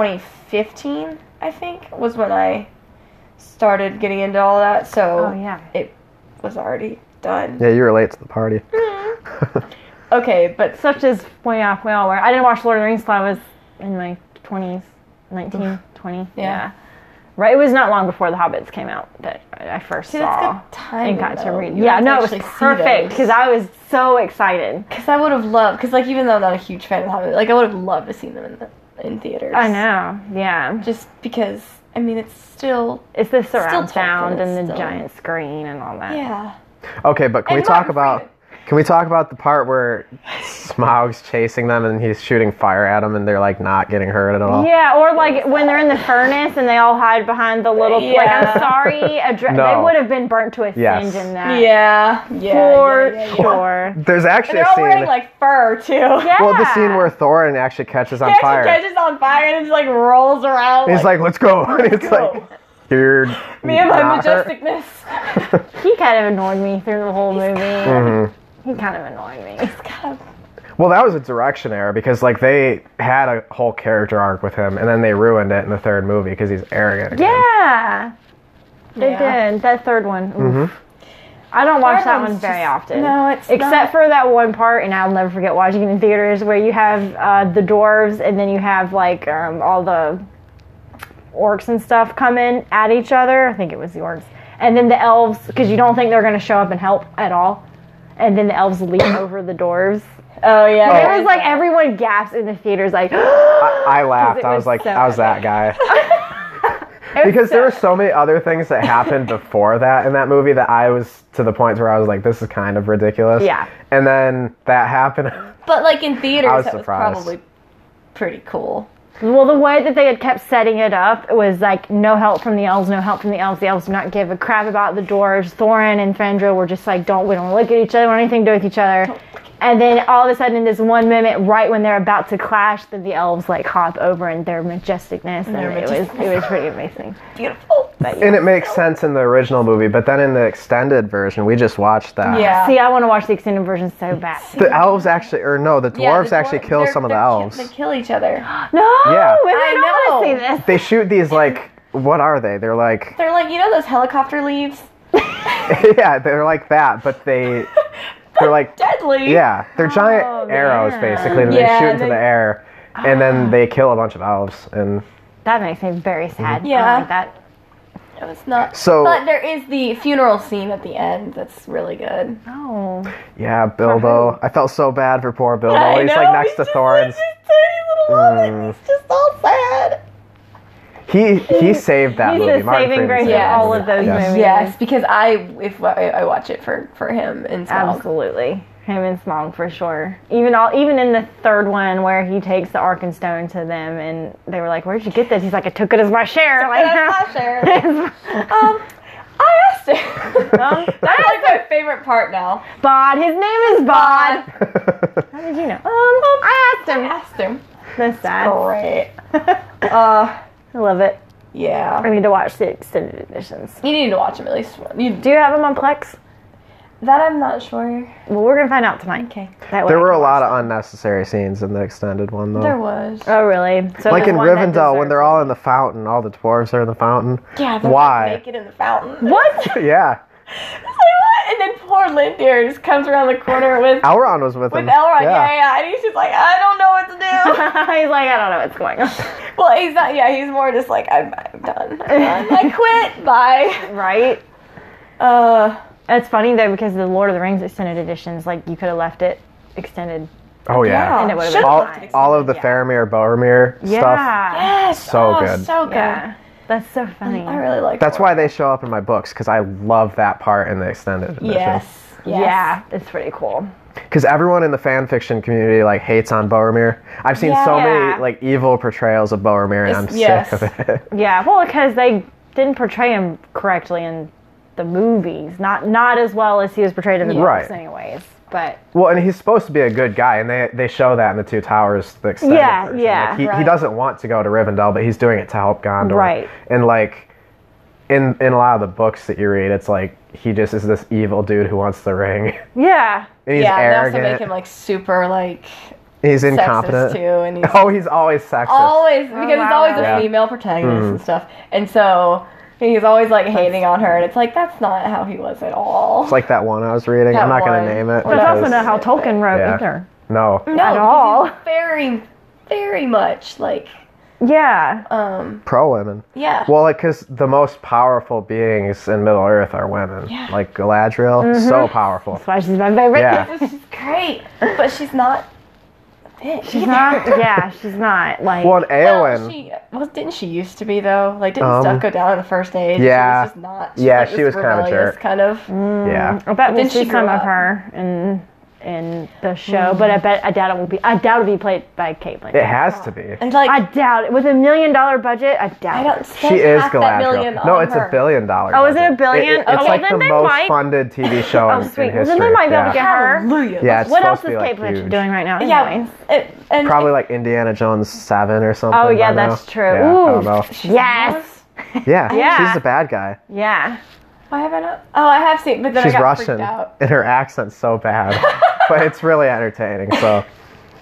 Speaker 2: 2015. I think was when I started getting into all that. So
Speaker 1: Oh, yeah.
Speaker 2: it was already done.
Speaker 3: Yeah, you were late to the party.
Speaker 2: Mm-hmm. Okay, but
Speaker 1: Such as way off, we all were. I didn't watch Lord of the Rings till I was in my twenties, 19, 20. Yeah. Right. It was not long before The Hobbits came out that I I first
Speaker 2: See,
Speaker 1: saw.
Speaker 2: that's good timing.
Speaker 1: and got to
Speaker 2: though.
Speaker 1: read.
Speaker 2: You
Speaker 1: Yeah,
Speaker 2: got to
Speaker 1: no, it was
Speaker 2: actually see
Speaker 1: perfect
Speaker 2: those.
Speaker 1: because I was so excited.
Speaker 2: Because I would have loved, because like even though I'm not a huge fan of The Hobbit, like I would have loved to see them in the, in theaters.
Speaker 1: I know. Yeah,
Speaker 2: Just because I mean it's still
Speaker 1: it's the surround
Speaker 2: tight,
Speaker 1: sound
Speaker 2: but
Speaker 1: and the
Speaker 2: it's still-
Speaker 1: giant screen and all that.
Speaker 2: yeah.
Speaker 3: (laughs) Okay, but can
Speaker 2: And
Speaker 3: we talk
Speaker 2: Martin
Speaker 3: about can we talk about the part where Smaug's chasing them and he's shooting fire at them and they're like not getting hurt at all?
Speaker 1: Yeah, or like when they're in the furnace and they all hide behind the little. Like,
Speaker 2: Yeah.
Speaker 1: I'm sorry, a dra-
Speaker 3: No.
Speaker 1: they would have been burnt to a
Speaker 3: Yes.
Speaker 1: singe in that.
Speaker 2: Yeah. Yeah.
Speaker 1: for
Speaker 2: yeah, yeah, yeah.
Speaker 1: sure.
Speaker 3: There's actually
Speaker 2: They're
Speaker 3: a
Speaker 2: all
Speaker 3: scene.
Speaker 2: wearing like fur too. (laughs)
Speaker 3: well, the
Speaker 1: Yeah.
Speaker 3: scene where Thorin actually catches on
Speaker 2: He
Speaker 3: fire.
Speaker 2: actually catches on fire and just like rolls around.
Speaker 3: he's like, "Let's go!" (laughs) And it's
Speaker 2: go.
Speaker 3: like, "You're
Speaker 2: me and my
Speaker 3: not hurt."
Speaker 2: majesticness. (laughs)
Speaker 1: He kind of annoyed me through the whole movie.
Speaker 3: Mm-hmm.
Speaker 1: He kind of annoyed me.
Speaker 2: God,
Speaker 3: Well, that was a direction error because like they had a whole character arc with him, and then they ruined it in the third movie because he's arrogant. again.
Speaker 1: Yeah, they
Speaker 2: Yeah.
Speaker 1: did that third one.
Speaker 3: Mm-hmm.
Speaker 1: oof. I don't watch
Speaker 2: Third
Speaker 1: that
Speaker 2: one's
Speaker 1: one very
Speaker 2: just-
Speaker 1: often.
Speaker 2: no, it's
Speaker 1: except
Speaker 2: not.
Speaker 1: for that one part, and I'll never forget watching it in theaters where you have uh, the dwarves and then you have like um, all the orcs and stuff coming at each other. I think it was the orcs, and then the elves because you don't think they're going to show up and help at all, and then the elves
Speaker 3: (coughs)
Speaker 1: leap over the dwarves.
Speaker 2: Oh yeah.
Speaker 1: It was like everyone gasps in the theaters, like. (gasps)
Speaker 3: I laughed.
Speaker 1: it
Speaker 3: I was
Speaker 1: was
Speaker 3: like,
Speaker 1: so
Speaker 3: I was that guy. because there were so many other things that happened before that in that movie that I was to the point where I was like, this is kind of ridiculous.
Speaker 1: Yeah.
Speaker 3: And then that happened. (laughs)
Speaker 2: But like in theaters,
Speaker 3: Oh. I was
Speaker 2: that
Speaker 3: surprised.
Speaker 2: was probably pretty cool.
Speaker 1: Well, the way that they had kept setting it up was like no help from the elves, no help from the elves. The elves do not give a crap about the dwarves. Thorin and Fendra were just like, don't we don't look at each other or anything to do with each other. And then all of a sudden, in this one moment, right when they're about to clash, then the elves like hop over in their majesticness, and
Speaker 2: Their
Speaker 1: it was it was pretty amazing.
Speaker 2: Beautiful.
Speaker 1: But yeah.
Speaker 3: And it makes sense in the original movie, but then in the extended version, we just watched that.
Speaker 2: Yeah.
Speaker 1: See, I want to watch the extended version so bad.
Speaker 3: The elves actually, or no, the dwarves
Speaker 2: Yeah, the
Speaker 3: actually
Speaker 2: dwar-
Speaker 3: kill
Speaker 2: they're-
Speaker 3: some of the
Speaker 2: they're ki-
Speaker 3: elves.
Speaker 2: They kill each other. (gasps)
Speaker 1: No,
Speaker 3: Yeah.
Speaker 1: and I,
Speaker 2: I
Speaker 1: don't want to
Speaker 2: know.
Speaker 1: see this.
Speaker 3: They shoot these like, what are they? They're like,
Speaker 2: They're like, you know those helicopter leaves?
Speaker 3: (laughs) yeah, they're like that, but they, they're like,
Speaker 2: Deadly.
Speaker 3: yeah, they're giant
Speaker 1: Oh,
Speaker 3: arrows
Speaker 1: man.
Speaker 3: basically that
Speaker 2: Yeah,
Speaker 3: they shoot
Speaker 2: and
Speaker 3: into
Speaker 2: they-
Speaker 3: the air, and then they kill a bunch of elves. And
Speaker 1: That makes me very sad. Oh I
Speaker 2: Yeah.
Speaker 1: don't like that.
Speaker 2: No, it's not.
Speaker 3: So-
Speaker 2: But there is the funeral scene at the end that's really good.
Speaker 1: No.
Speaker 3: yeah, Bilbo, I felt so bad for poor Bilbo.
Speaker 2: I
Speaker 3: he's
Speaker 2: know,
Speaker 3: like next
Speaker 2: he's
Speaker 3: to Mm.
Speaker 2: just Like
Speaker 3: thorns.
Speaker 2: this tiny little woman. He's just all sad.
Speaker 3: He he saved that
Speaker 1: He's
Speaker 3: movie.
Speaker 1: the
Speaker 3: Martin
Speaker 1: saving
Speaker 3: Freeman
Speaker 1: grace
Speaker 3: saved
Speaker 1: of
Speaker 3: that
Speaker 1: all
Speaker 3: movie.
Speaker 1: of those
Speaker 3: Yes.
Speaker 1: movies.
Speaker 2: Yes, because I if I, I watch it for for him and Smaug. (laughs)
Speaker 1: Absolutely. Him and Smog for sure. Even all even in the third one where he takes the Ark and Stone to them and they were like, Where'd you get this? He's like, I took it as my share.
Speaker 2: And
Speaker 1: (laughs)
Speaker 2: I
Speaker 1: Like
Speaker 2: watch her. Um, I asked (laughs) her. That's like Um, my favorite part now.
Speaker 1: Bod, his name is Bod.
Speaker 2: Um,
Speaker 1: How
Speaker 3: (laughs)
Speaker 1: did you know? Um, I asked
Speaker 2: I
Speaker 1: him.
Speaker 2: asked him.
Speaker 1: That's sad. (laughs)
Speaker 2: Great. Uh,
Speaker 1: I love it. I
Speaker 2: yeah.
Speaker 1: need to watch the extended editions.
Speaker 2: You need to watch him at least. one. You,
Speaker 1: Do you have them on Plex?
Speaker 2: that I'm not sure.
Speaker 1: Well, we're gonna find out tonight. Okay. That way
Speaker 3: There
Speaker 1: I
Speaker 3: were
Speaker 1: can
Speaker 3: a lot
Speaker 1: watch
Speaker 3: of unnecessary scenes in the extended one though.
Speaker 2: There was.
Speaker 1: them. Oh, really? So
Speaker 3: like
Speaker 1: the
Speaker 3: in
Speaker 1: one that
Speaker 3: Rivendell when they're
Speaker 1: deserves-
Speaker 3: all in the fountain, all the dwarves are in the fountain. (laughs)
Speaker 2: Yeah. they're, like,
Speaker 3: Why?
Speaker 2: Naked in the
Speaker 1: (laughs)
Speaker 2: fountain. (laughs)
Speaker 1: What?
Speaker 3: yeah,
Speaker 2: It's like, what? And then poor Lindir just comes around the corner with
Speaker 3: Elrond was with,
Speaker 2: with
Speaker 3: him.
Speaker 2: Elrond. Yeah. yeah, yeah. And he's just like, I don't know what to do.
Speaker 3: (laughs)
Speaker 2: (laughs)
Speaker 1: He's like, I don't know what's going on. (laughs)
Speaker 2: Well, he's not. Yeah, he's more just like I'm. I'm done. I'm done.
Speaker 3: (laughs)
Speaker 2: I quit. Bye.
Speaker 1: Right?
Speaker 2: Uh,
Speaker 1: It's funny though because the Lord of the Rings extended editions, like you could have left it extended.
Speaker 3: Oh yeah,
Speaker 1: And it would've
Speaker 2: Should've
Speaker 1: been
Speaker 3: all
Speaker 2: left it
Speaker 3: all of the
Speaker 2: extended,
Speaker 3: Faramir Boromir stuff.
Speaker 1: Yeah.
Speaker 2: Yes.
Speaker 3: So
Speaker 2: oh,
Speaker 3: good.
Speaker 2: So good.
Speaker 1: Yeah. That's so funny.
Speaker 2: I really like.
Speaker 3: That's why they show up in my books because I love that part in the extended edition.
Speaker 2: Yes. yes.
Speaker 1: Yeah, it's pretty cool.
Speaker 3: Because everyone in the fan fiction community like hates on Boromir. I've seen so
Speaker 1: Yeah.
Speaker 3: many like evil portrayals of Boromir, and
Speaker 2: It's-
Speaker 3: I'm
Speaker 2: yes.
Speaker 3: sick of it. (laughs)
Speaker 1: Yeah, well, because they didn't portray him correctly in the movies, not not as well as he was portrayed in the
Speaker 3: Right.
Speaker 1: books, anyways. But
Speaker 3: Well, and he's supposed to be a good guy, and they they show that in the Two Towers. The extended
Speaker 1: Yeah,
Speaker 3: version.
Speaker 1: yeah,
Speaker 3: Like, he, he
Speaker 2: right.
Speaker 3: doesn't want to go to Rivendell, but he's doing it to help Gondor.
Speaker 1: Right.
Speaker 3: And like, in in a lot of the books that you read, it's like he just is this evil dude who wants the ring, (laughs)
Speaker 1: yeah,
Speaker 3: and he's
Speaker 2: Yeah. and They
Speaker 3: arrogant.
Speaker 2: also make him like super like
Speaker 3: he's incompetent.
Speaker 2: sexist too,
Speaker 3: (laughs)
Speaker 2: and he's
Speaker 3: Oh, he's always sexist.
Speaker 2: always because
Speaker 1: Oh,
Speaker 2: it's
Speaker 1: wow.
Speaker 2: always a
Speaker 3: Yeah. Mm-hmm.
Speaker 2: female protagonist and stuff, and so he's always like hating on her, and it's like that's not how he was at all.
Speaker 3: It's like that one I was reading.
Speaker 2: That
Speaker 3: I'm not
Speaker 2: one.
Speaker 3: gonna name it.
Speaker 2: Well,
Speaker 1: that's also
Speaker 3: because-
Speaker 1: not how Tolkien wrote
Speaker 3: Yeah.
Speaker 1: either.
Speaker 3: No.
Speaker 2: no,
Speaker 1: at
Speaker 2: because
Speaker 1: all.
Speaker 2: he's very, very much like
Speaker 1: Yeah,
Speaker 2: um
Speaker 3: Pro women.
Speaker 2: yeah.
Speaker 3: Well, like, because the most powerful beings in Middle Earth are women.
Speaker 2: Yeah.
Speaker 3: Like Galadriel,
Speaker 1: Mm-hmm.
Speaker 3: so powerful.
Speaker 1: that's why she's my favorite.
Speaker 3: Yeah.
Speaker 2: She's great, but she's not a bitch.
Speaker 1: (laughs) She's not. Yeah, she's not like.
Speaker 3: Well, and Eowyn.
Speaker 2: Well, she, well, didn't she used to be though? Like, didn't
Speaker 3: Um,
Speaker 2: stuff go down in the first age?
Speaker 3: yeah.
Speaker 2: she was just not.
Speaker 3: Yeah,
Speaker 2: like,
Speaker 3: she
Speaker 2: this
Speaker 3: was kinda a
Speaker 2: rebellious
Speaker 3: jerk.
Speaker 2: Kind of.
Speaker 3: yeah.
Speaker 1: I bet we'll
Speaker 2: then
Speaker 1: see
Speaker 2: she
Speaker 1: some of
Speaker 2: grew up.
Speaker 1: her in in the show, but I bet I doubt it will be. I doubt it'll be played by Caitlin.
Speaker 3: It has to be.
Speaker 2: And like,
Speaker 1: I
Speaker 2: I,
Speaker 1: doubt it. With a million dollar budget, I doubt.
Speaker 2: don't.
Speaker 1: it.
Speaker 2: spend
Speaker 3: She is
Speaker 2: half that million
Speaker 3: Galadriel. No,
Speaker 2: on
Speaker 3: it's
Speaker 2: her.
Speaker 3: a billion dollar.
Speaker 1: Oh, is it a
Speaker 3: budget.
Speaker 1: billion?
Speaker 3: it's
Speaker 1: Okay,
Speaker 3: like
Speaker 1: then
Speaker 3: the
Speaker 1: they
Speaker 3: most
Speaker 1: might-
Speaker 3: funded TV show
Speaker 1: (laughs) Oh,
Speaker 3: in,
Speaker 1: sweet.
Speaker 3: in
Speaker 1: Well, then
Speaker 3: history.
Speaker 1: they might be able
Speaker 3: yeah.
Speaker 1: to get her.
Speaker 2: Hallelujah.
Speaker 3: Yeah, it's
Speaker 1: What else
Speaker 3: supposed
Speaker 1: is
Speaker 3: to be like
Speaker 1: Caitlyn
Speaker 3: huge.
Speaker 1: doing right now?
Speaker 2: Yeah.
Speaker 1: Anyways?
Speaker 2: It, and
Speaker 3: Probably like Indiana Jones seven or something.
Speaker 1: Oh, yeah,
Speaker 3: by now.
Speaker 1: that's true.
Speaker 3: Yeah, I don't
Speaker 1: Ooh.
Speaker 3: know.
Speaker 1: Yes.
Speaker 3: Yeah,
Speaker 1: (laughs) Yeah.
Speaker 3: she's the bad guy.
Speaker 1: Yeah.
Speaker 2: Why have I not? Oh, I have seen, but then
Speaker 3: She's
Speaker 2: I got
Speaker 3: Russian,
Speaker 2: freaked out.
Speaker 3: and her accent's so bad,
Speaker 2: (laughs)
Speaker 3: but it's really entertaining. So
Speaker 1: Have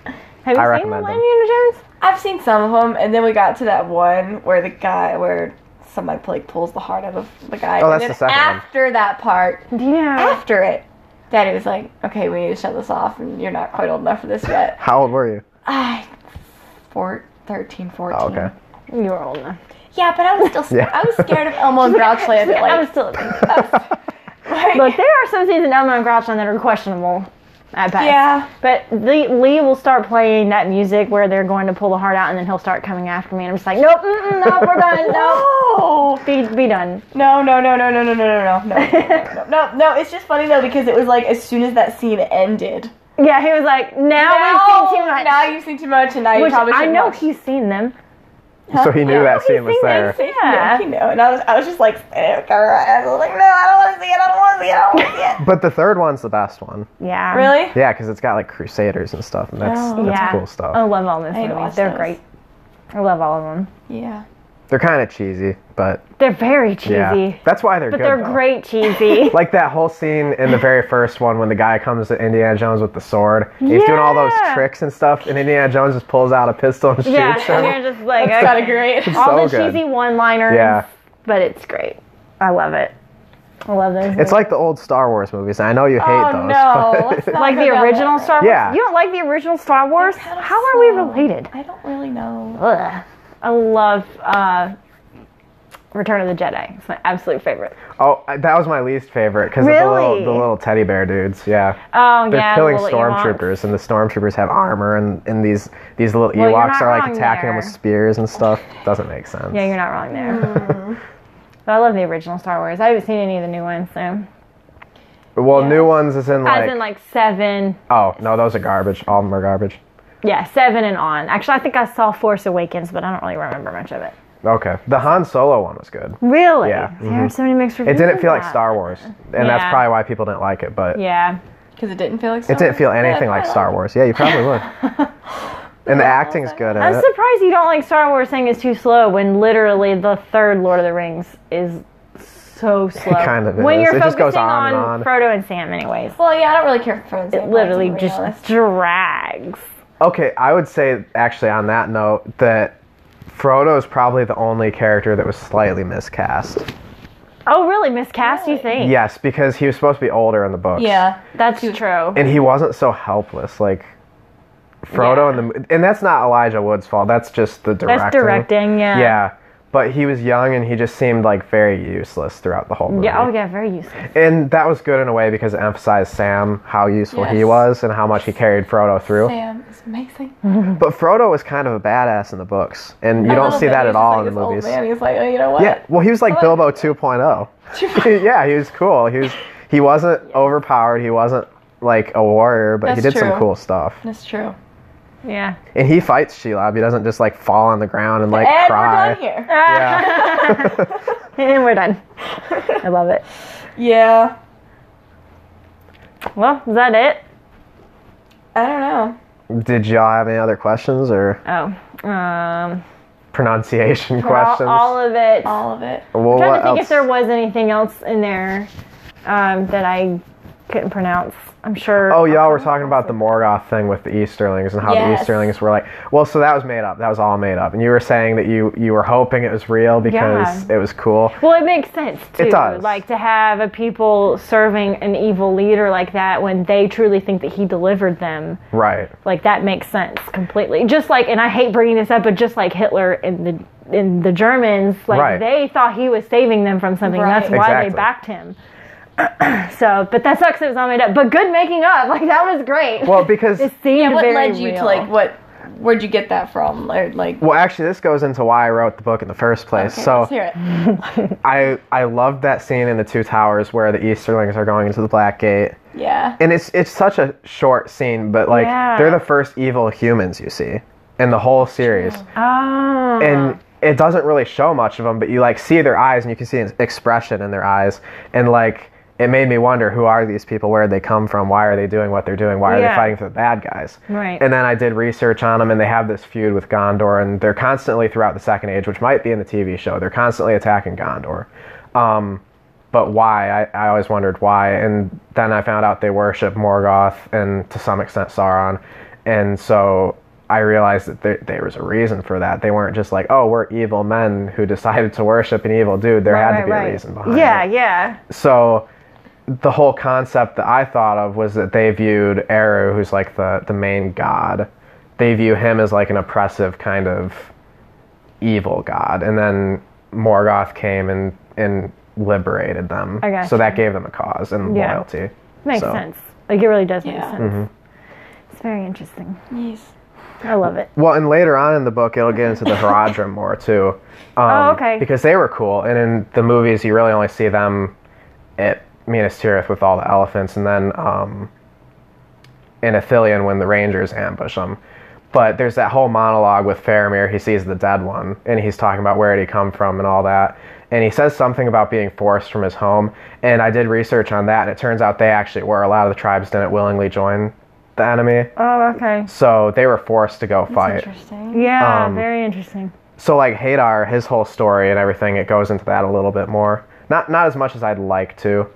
Speaker 1: you
Speaker 3: I
Speaker 1: seen the
Speaker 3: recommend them.
Speaker 1: Indiana Jones?
Speaker 2: I've seen some of them, and then we got to that one where the guy where. Somebody like pulls the heart out of the guy.
Speaker 3: Oh, that's
Speaker 2: and
Speaker 3: the
Speaker 2: then
Speaker 3: second one.
Speaker 2: After that part,
Speaker 1: Do you know?
Speaker 2: after it, Daddy was like, "Okay, we need to shut this off, and you're not quite old enough for this
Speaker 3: (sighs)
Speaker 2: yet."
Speaker 3: how old were you?
Speaker 2: I, four, 13, 14.
Speaker 3: Oh, okay.
Speaker 1: You were old enough.
Speaker 2: Yeah, but I was still,
Speaker 3: Yeah.
Speaker 2: I was scared of Elmo and
Speaker 1: (laughs)
Speaker 2: Grouch Land. Like,
Speaker 1: I was still.
Speaker 2: like-
Speaker 1: Look, there are some scenes in Elmo and Grouchland that are questionable. At best.
Speaker 2: yeah,
Speaker 1: But Lee, Lee will start playing that music where they're going to pull the heart out, and then he'll start coming after me, and I'm just like, nope, mm-mm, no, we're (laughs) done, no,
Speaker 2: no,
Speaker 1: be be done.
Speaker 2: no, no, no, no, no, no, no, no, no, no, no, no, no. It's just funny though because it was like as soon as that scene ended.
Speaker 1: Yeah, he was like, now, we've seen too much.
Speaker 2: Now you've seen too much, and now you
Speaker 1: Which
Speaker 2: probably
Speaker 1: I
Speaker 2: shouldn't
Speaker 1: know
Speaker 2: watch.
Speaker 1: he's seen them.
Speaker 3: So he knew
Speaker 2: Yeah, (laughs)
Speaker 3: that
Speaker 2: he
Speaker 3: scene was
Speaker 2: seen
Speaker 3: there.
Speaker 2: that scene.
Speaker 1: Yeah.
Speaker 2: Yeah, you know. And I was, I was just like, eh, all right. I was like, no, I don't want to see it. I don't want to see it. I don't want to
Speaker 3: (laughs)
Speaker 2: see it.
Speaker 3: But the third one's the best one.
Speaker 1: Yeah.
Speaker 2: really?
Speaker 3: Yeah, because it's got like crusaders and stuff, and that's,
Speaker 2: Oh.
Speaker 3: that's
Speaker 1: yeah.
Speaker 3: cool stuff.
Speaker 1: I love all those
Speaker 2: I ain't
Speaker 1: movies.
Speaker 2: watched
Speaker 1: They're
Speaker 2: those.
Speaker 1: great. I love all of them.
Speaker 2: Yeah.
Speaker 3: They're kind of cheesy, but
Speaker 1: They're very cheesy.
Speaker 3: yeah, that's why they're
Speaker 1: But
Speaker 3: good.
Speaker 1: they're
Speaker 3: though.
Speaker 1: great cheesy.
Speaker 3: (laughs) Like that whole scene in the very first one when the guy comes to Indiana Jones with the sword. and He's doing all those
Speaker 1: Yeah.
Speaker 3: tricks and stuff, and Indiana Jones just pulls out a pistol and
Speaker 1: (laughs)
Speaker 3: shoots
Speaker 1: yeah,
Speaker 3: him.
Speaker 1: and you're just like
Speaker 2: That's kind
Speaker 1: okay.
Speaker 2: of (laughs) great.
Speaker 1: all
Speaker 3: so
Speaker 1: the
Speaker 3: good.
Speaker 1: cheesy one-liners.
Speaker 3: Yeah.
Speaker 1: But it's great. I love it. I love those.
Speaker 3: It's like the old Star Wars movies. and I know you hate
Speaker 2: Oh,
Speaker 3: those.
Speaker 2: no.
Speaker 3: (laughs) but-
Speaker 2: Let's not-
Speaker 1: like
Speaker 2: go
Speaker 1: the
Speaker 2: down
Speaker 1: original
Speaker 2: that
Speaker 1: Star Wars.
Speaker 3: Yeah.
Speaker 1: You don't like the original Star Wars?
Speaker 2: kinda
Speaker 1: How are we
Speaker 2: slow.
Speaker 1: related?
Speaker 2: I don't really know.
Speaker 1: Ugh. I love uh, Return of the Jedi. It's my absolute favorite.
Speaker 3: oh, I- that was my least favorite because of the
Speaker 1: Really?
Speaker 3: little, the little teddy bear dudes. Yeah.
Speaker 1: Oh
Speaker 3: They're
Speaker 1: yeah, the
Speaker 3: killing
Speaker 1: little Ewoks.
Speaker 3: stormtroopers, and the stormtroopers have armor, and, and these these little
Speaker 1: you're
Speaker 3: Ewoks
Speaker 1: not
Speaker 3: are like
Speaker 1: wrong
Speaker 3: attacking them
Speaker 1: there.
Speaker 3: with spears and stuff. Doesn't make sense.
Speaker 1: Yeah, you're not wrong there. (laughs) but I love the original Star Wars. I haven't seen any of the new ones, so
Speaker 3: well, new ones is in like,
Speaker 1: as in like seven.
Speaker 3: oh no, those are garbage. All of them are garbage.
Speaker 1: Yeah, seven and on. Actually, I think I saw Force Awakens, but I don't really remember much of it.
Speaker 3: Okay, the Han Solo one was good.
Speaker 1: Really?
Speaker 3: Yeah, Mm-hmm.
Speaker 1: There are so many mixed
Speaker 3: It
Speaker 1: reviews.
Speaker 3: didn't feel
Speaker 1: of
Speaker 3: like
Speaker 1: that.
Speaker 3: Star Wars, and that's
Speaker 1: Yeah.
Speaker 3: probably why people didn't like it. But
Speaker 1: Yeah.
Speaker 2: Because it didn't feel like Star
Speaker 3: it didn't feel
Speaker 2: Wars? Yeah,
Speaker 3: anything like
Speaker 2: probably
Speaker 3: Star Wars. Yeah, you probably would.
Speaker 1: (laughs)
Speaker 3: and the acting's good. In
Speaker 1: I'm
Speaker 3: it.
Speaker 1: surprised you don't like Star Wars saying it's too slow when literally the third Lord of the Rings is so slow.
Speaker 3: kind of
Speaker 1: When
Speaker 3: is.
Speaker 1: you're
Speaker 3: It just
Speaker 1: focusing
Speaker 3: goes
Speaker 1: on,
Speaker 3: on and on.
Speaker 1: Frodo and Sam, anyways.
Speaker 2: Well, yeah, I don't really care for Friends.
Speaker 1: It literally just drags.
Speaker 3: Okay, I would say actually on that note that Frodo is probably the only character that was slightly miscast.
Speaker 1: Oh, really? Miscast, you think?
Speaker 3: Yes, because he was supposed to be older in the books.
Speaker 2: Yeah.
Speaker 1: That's true.
Speaker 3: and he wasn't so helpless like Frodo and the and that's not Elijah Wood's fault. That's just the directing.
Speaker 1: That's directing, yeah.
Speaker 3: Yeah, but he was young and he just seemed like very useless throughout the whole movie.
Speaker 1: Yeah, oh, yeah, very useless.
Speaker 3: And that was good in a way because it emphasized Sam how useful he
Speaker 2: Yes.
Speaker 3: was and how much he carried Frodo through.
Speaker 2: Sam is amazing.
Speaker 3: But Frodo was kind of a badass in the books, and you
Speaker 2: A
Speaker 3: don't
Speaker 2: little
Speaker 3: see
Speaker 2: bit,
Speaker 3: that
Speaker 2: he's
Speaker 3: at
Speaker 2: just
Speaker 3: all
Speaker 2: like
Speaker 3: in
Speaker 2: this
Speaker 3: the movies.
Speaker 2: Old man. He's like, oh, you know what?
Speaker 3: Yeah, well, he was like
Speaker 2: What?
Speaker 3: Bilbo 2.0. (laughs) yeah, he was cool. He was he wasn't overpowered. He wasn't like a warrior, but he
Speaker 2: That's
Speaker 3: did some
Speaker 2: true.
Speaker 3: cool stuff.
Speaker 2: (laughs) That's
Speaker 3: (laughs)
Speaker 2: true.
Speaker 1: Yeah.
Speaker 3: And he fights Shelob. He doesn't just like fall on the ground and like
Speaker 2: and
Speaker 3: cry.
Speaker 2: we're done here.
Speaker 3: Yeah.
Speaker 1: (laughs) And we're done. I love it.
Speaker 2: Yeah.
Speaker 1: Well, is that it?
Speaker 2: I don't know.
Speaker 3: Did y'all have any other questions or
Speaker 1: Oh. Um,
Speaker 3: pronunciation
Speaker 1: for all,
Speaker 3: questions?
Speaker 1: all of it.
Speaker 2: All of it.
Speaker 3: well,
Speaker 1: I'm trying
Speaker 3: what
Speaker 1: to think
Speaker 3: else?
Speaker 1: if there was anything else in there um, that I couldn't pronounce. I'm sure.
Speaker 3: Oh, y'all were talking about the Morgoth thing with the Easterlings and how
Speaker 2: Yes.
Speaker 3: the Easterlings were like, well, so that was made up. That was all made up. And you were saying that you you were hoping it was real because
Speaker 1: Yeah.
Speaker 3: it was cool.
Speaker 1: Well, it makes sense too.
Speaker 3: does.
Speaker 1: Like to have a people serving an evil leader like that when they truly think that he delivered them.
Speaker 3: Right.
Speaker 1: Like that makes sense completely. Just like, and I hate bringing this up, but just like Hitler and the and the Germans, like
Speaker 3: Right.
Speaker 1: they thought he was saving them from something.
Speaker 2: Right.
Speaker 1: That's why
Speaker 3: Exactly.
Speaker 1: they backed him. (clears throat) so, but that sucks. It was all made up. But good making up. Like that was great. (laughs)
Speaker 3: Well, because
Speaker 1: it seemed
Speaker 2: Yeah, what
Speaker 1: very
Speaker 2: led you to
Speaker 1: real.
Speaker 2: like what? Where'd you get that from? Or like,
Speaker 3: well, actually, this goes into why I wrote the book in the first place.
Speaker 2: okay,
Speaker 3: so
Speaker 2: let's hear it.
Speaker 3: I I loved that scene in the Two Towers where the Easterlings are going into the Black Gate,
Speaker 2: Yeah.
Speaker 3: and it's it's such a short scene, but like
Speaker 1: Yeah.
Speaker 3: they're the first evil humans you see in the whole series,
Speaker 1: Oh.
Speaker 3: and it doesn't really show much of them, but you like see their eyes and you can see an expression in their eyes, and like it made me wonder who are these people, where did they come from, why are they doing what they're doing, why are
Speaker 1: Yeah.
Speaker 3: they fighting for the bad guys,
Speaker 1: Right.
Speaker 3: And then I did research on them, and they have this feud with Gondor, and they're constantly throughout the Second Age, which might be in the TV show. They're constantly attacking Gondor. Um, but why? I, I always wondered why. And then I found out they worship Morgoth and to some extent Sauron. And so I realized that there, there was a reason for that. They weren't just like, oh, we're evil men who decided to worship an evil dude. There had to be a reason behind
Speaker 1: Yeah,
Speaker 3: it.
Speaker 1: yeah.
Speaker 3: So the whole concept that I thought of was that they viewed Eru, who's like the, the main god, they view him as like an oppressive kind of evil god. And then Morgoth came and, and liberated them.
Speaker 1: I gotcha.
Speaker 3: So that gave them a cause and
Speaker 1: Yeah.
Speaker 3: loyalty.
Speaker 1: Makes
Speaker 3: So- Mm-hmm.
Speaker 1: sense. Like it really does make
Speaker 2: Yeah.
Speaker 1: sense. It's very interesting.
Speaker 2: Yes.
Speaker 1: I love it.
Speaker 3: Well, and later on in the book, it'll get into the Haradrim more too. Um,
Speaker 1: Oh, okay.
Speaker 3: Because they were cool, and in the movies, you really only see them at Minas Tirith with all the elephants, and then um, in Athelion when the Rangers ambush them. But there's that whole monologue with Faramir. He sees the dead one, and he's talking about where did he come from and all that. And he says something about being forced from his home. And I did research on that, and it turns out they actually were. A lot of the tribes didn't willingly join the enemy,
Speaker 1: Oh, okay.
Speaker 3: so they were forced to go fight.
Speaker 2: Interesting.
Speaker 1: Yeah,
Speaker 3: Um,
Speaker 1: very interesting.
Speaker 3: So like Hadar, his whole story and everything, it goes into that a little bit more. Not not as much as I'd like to,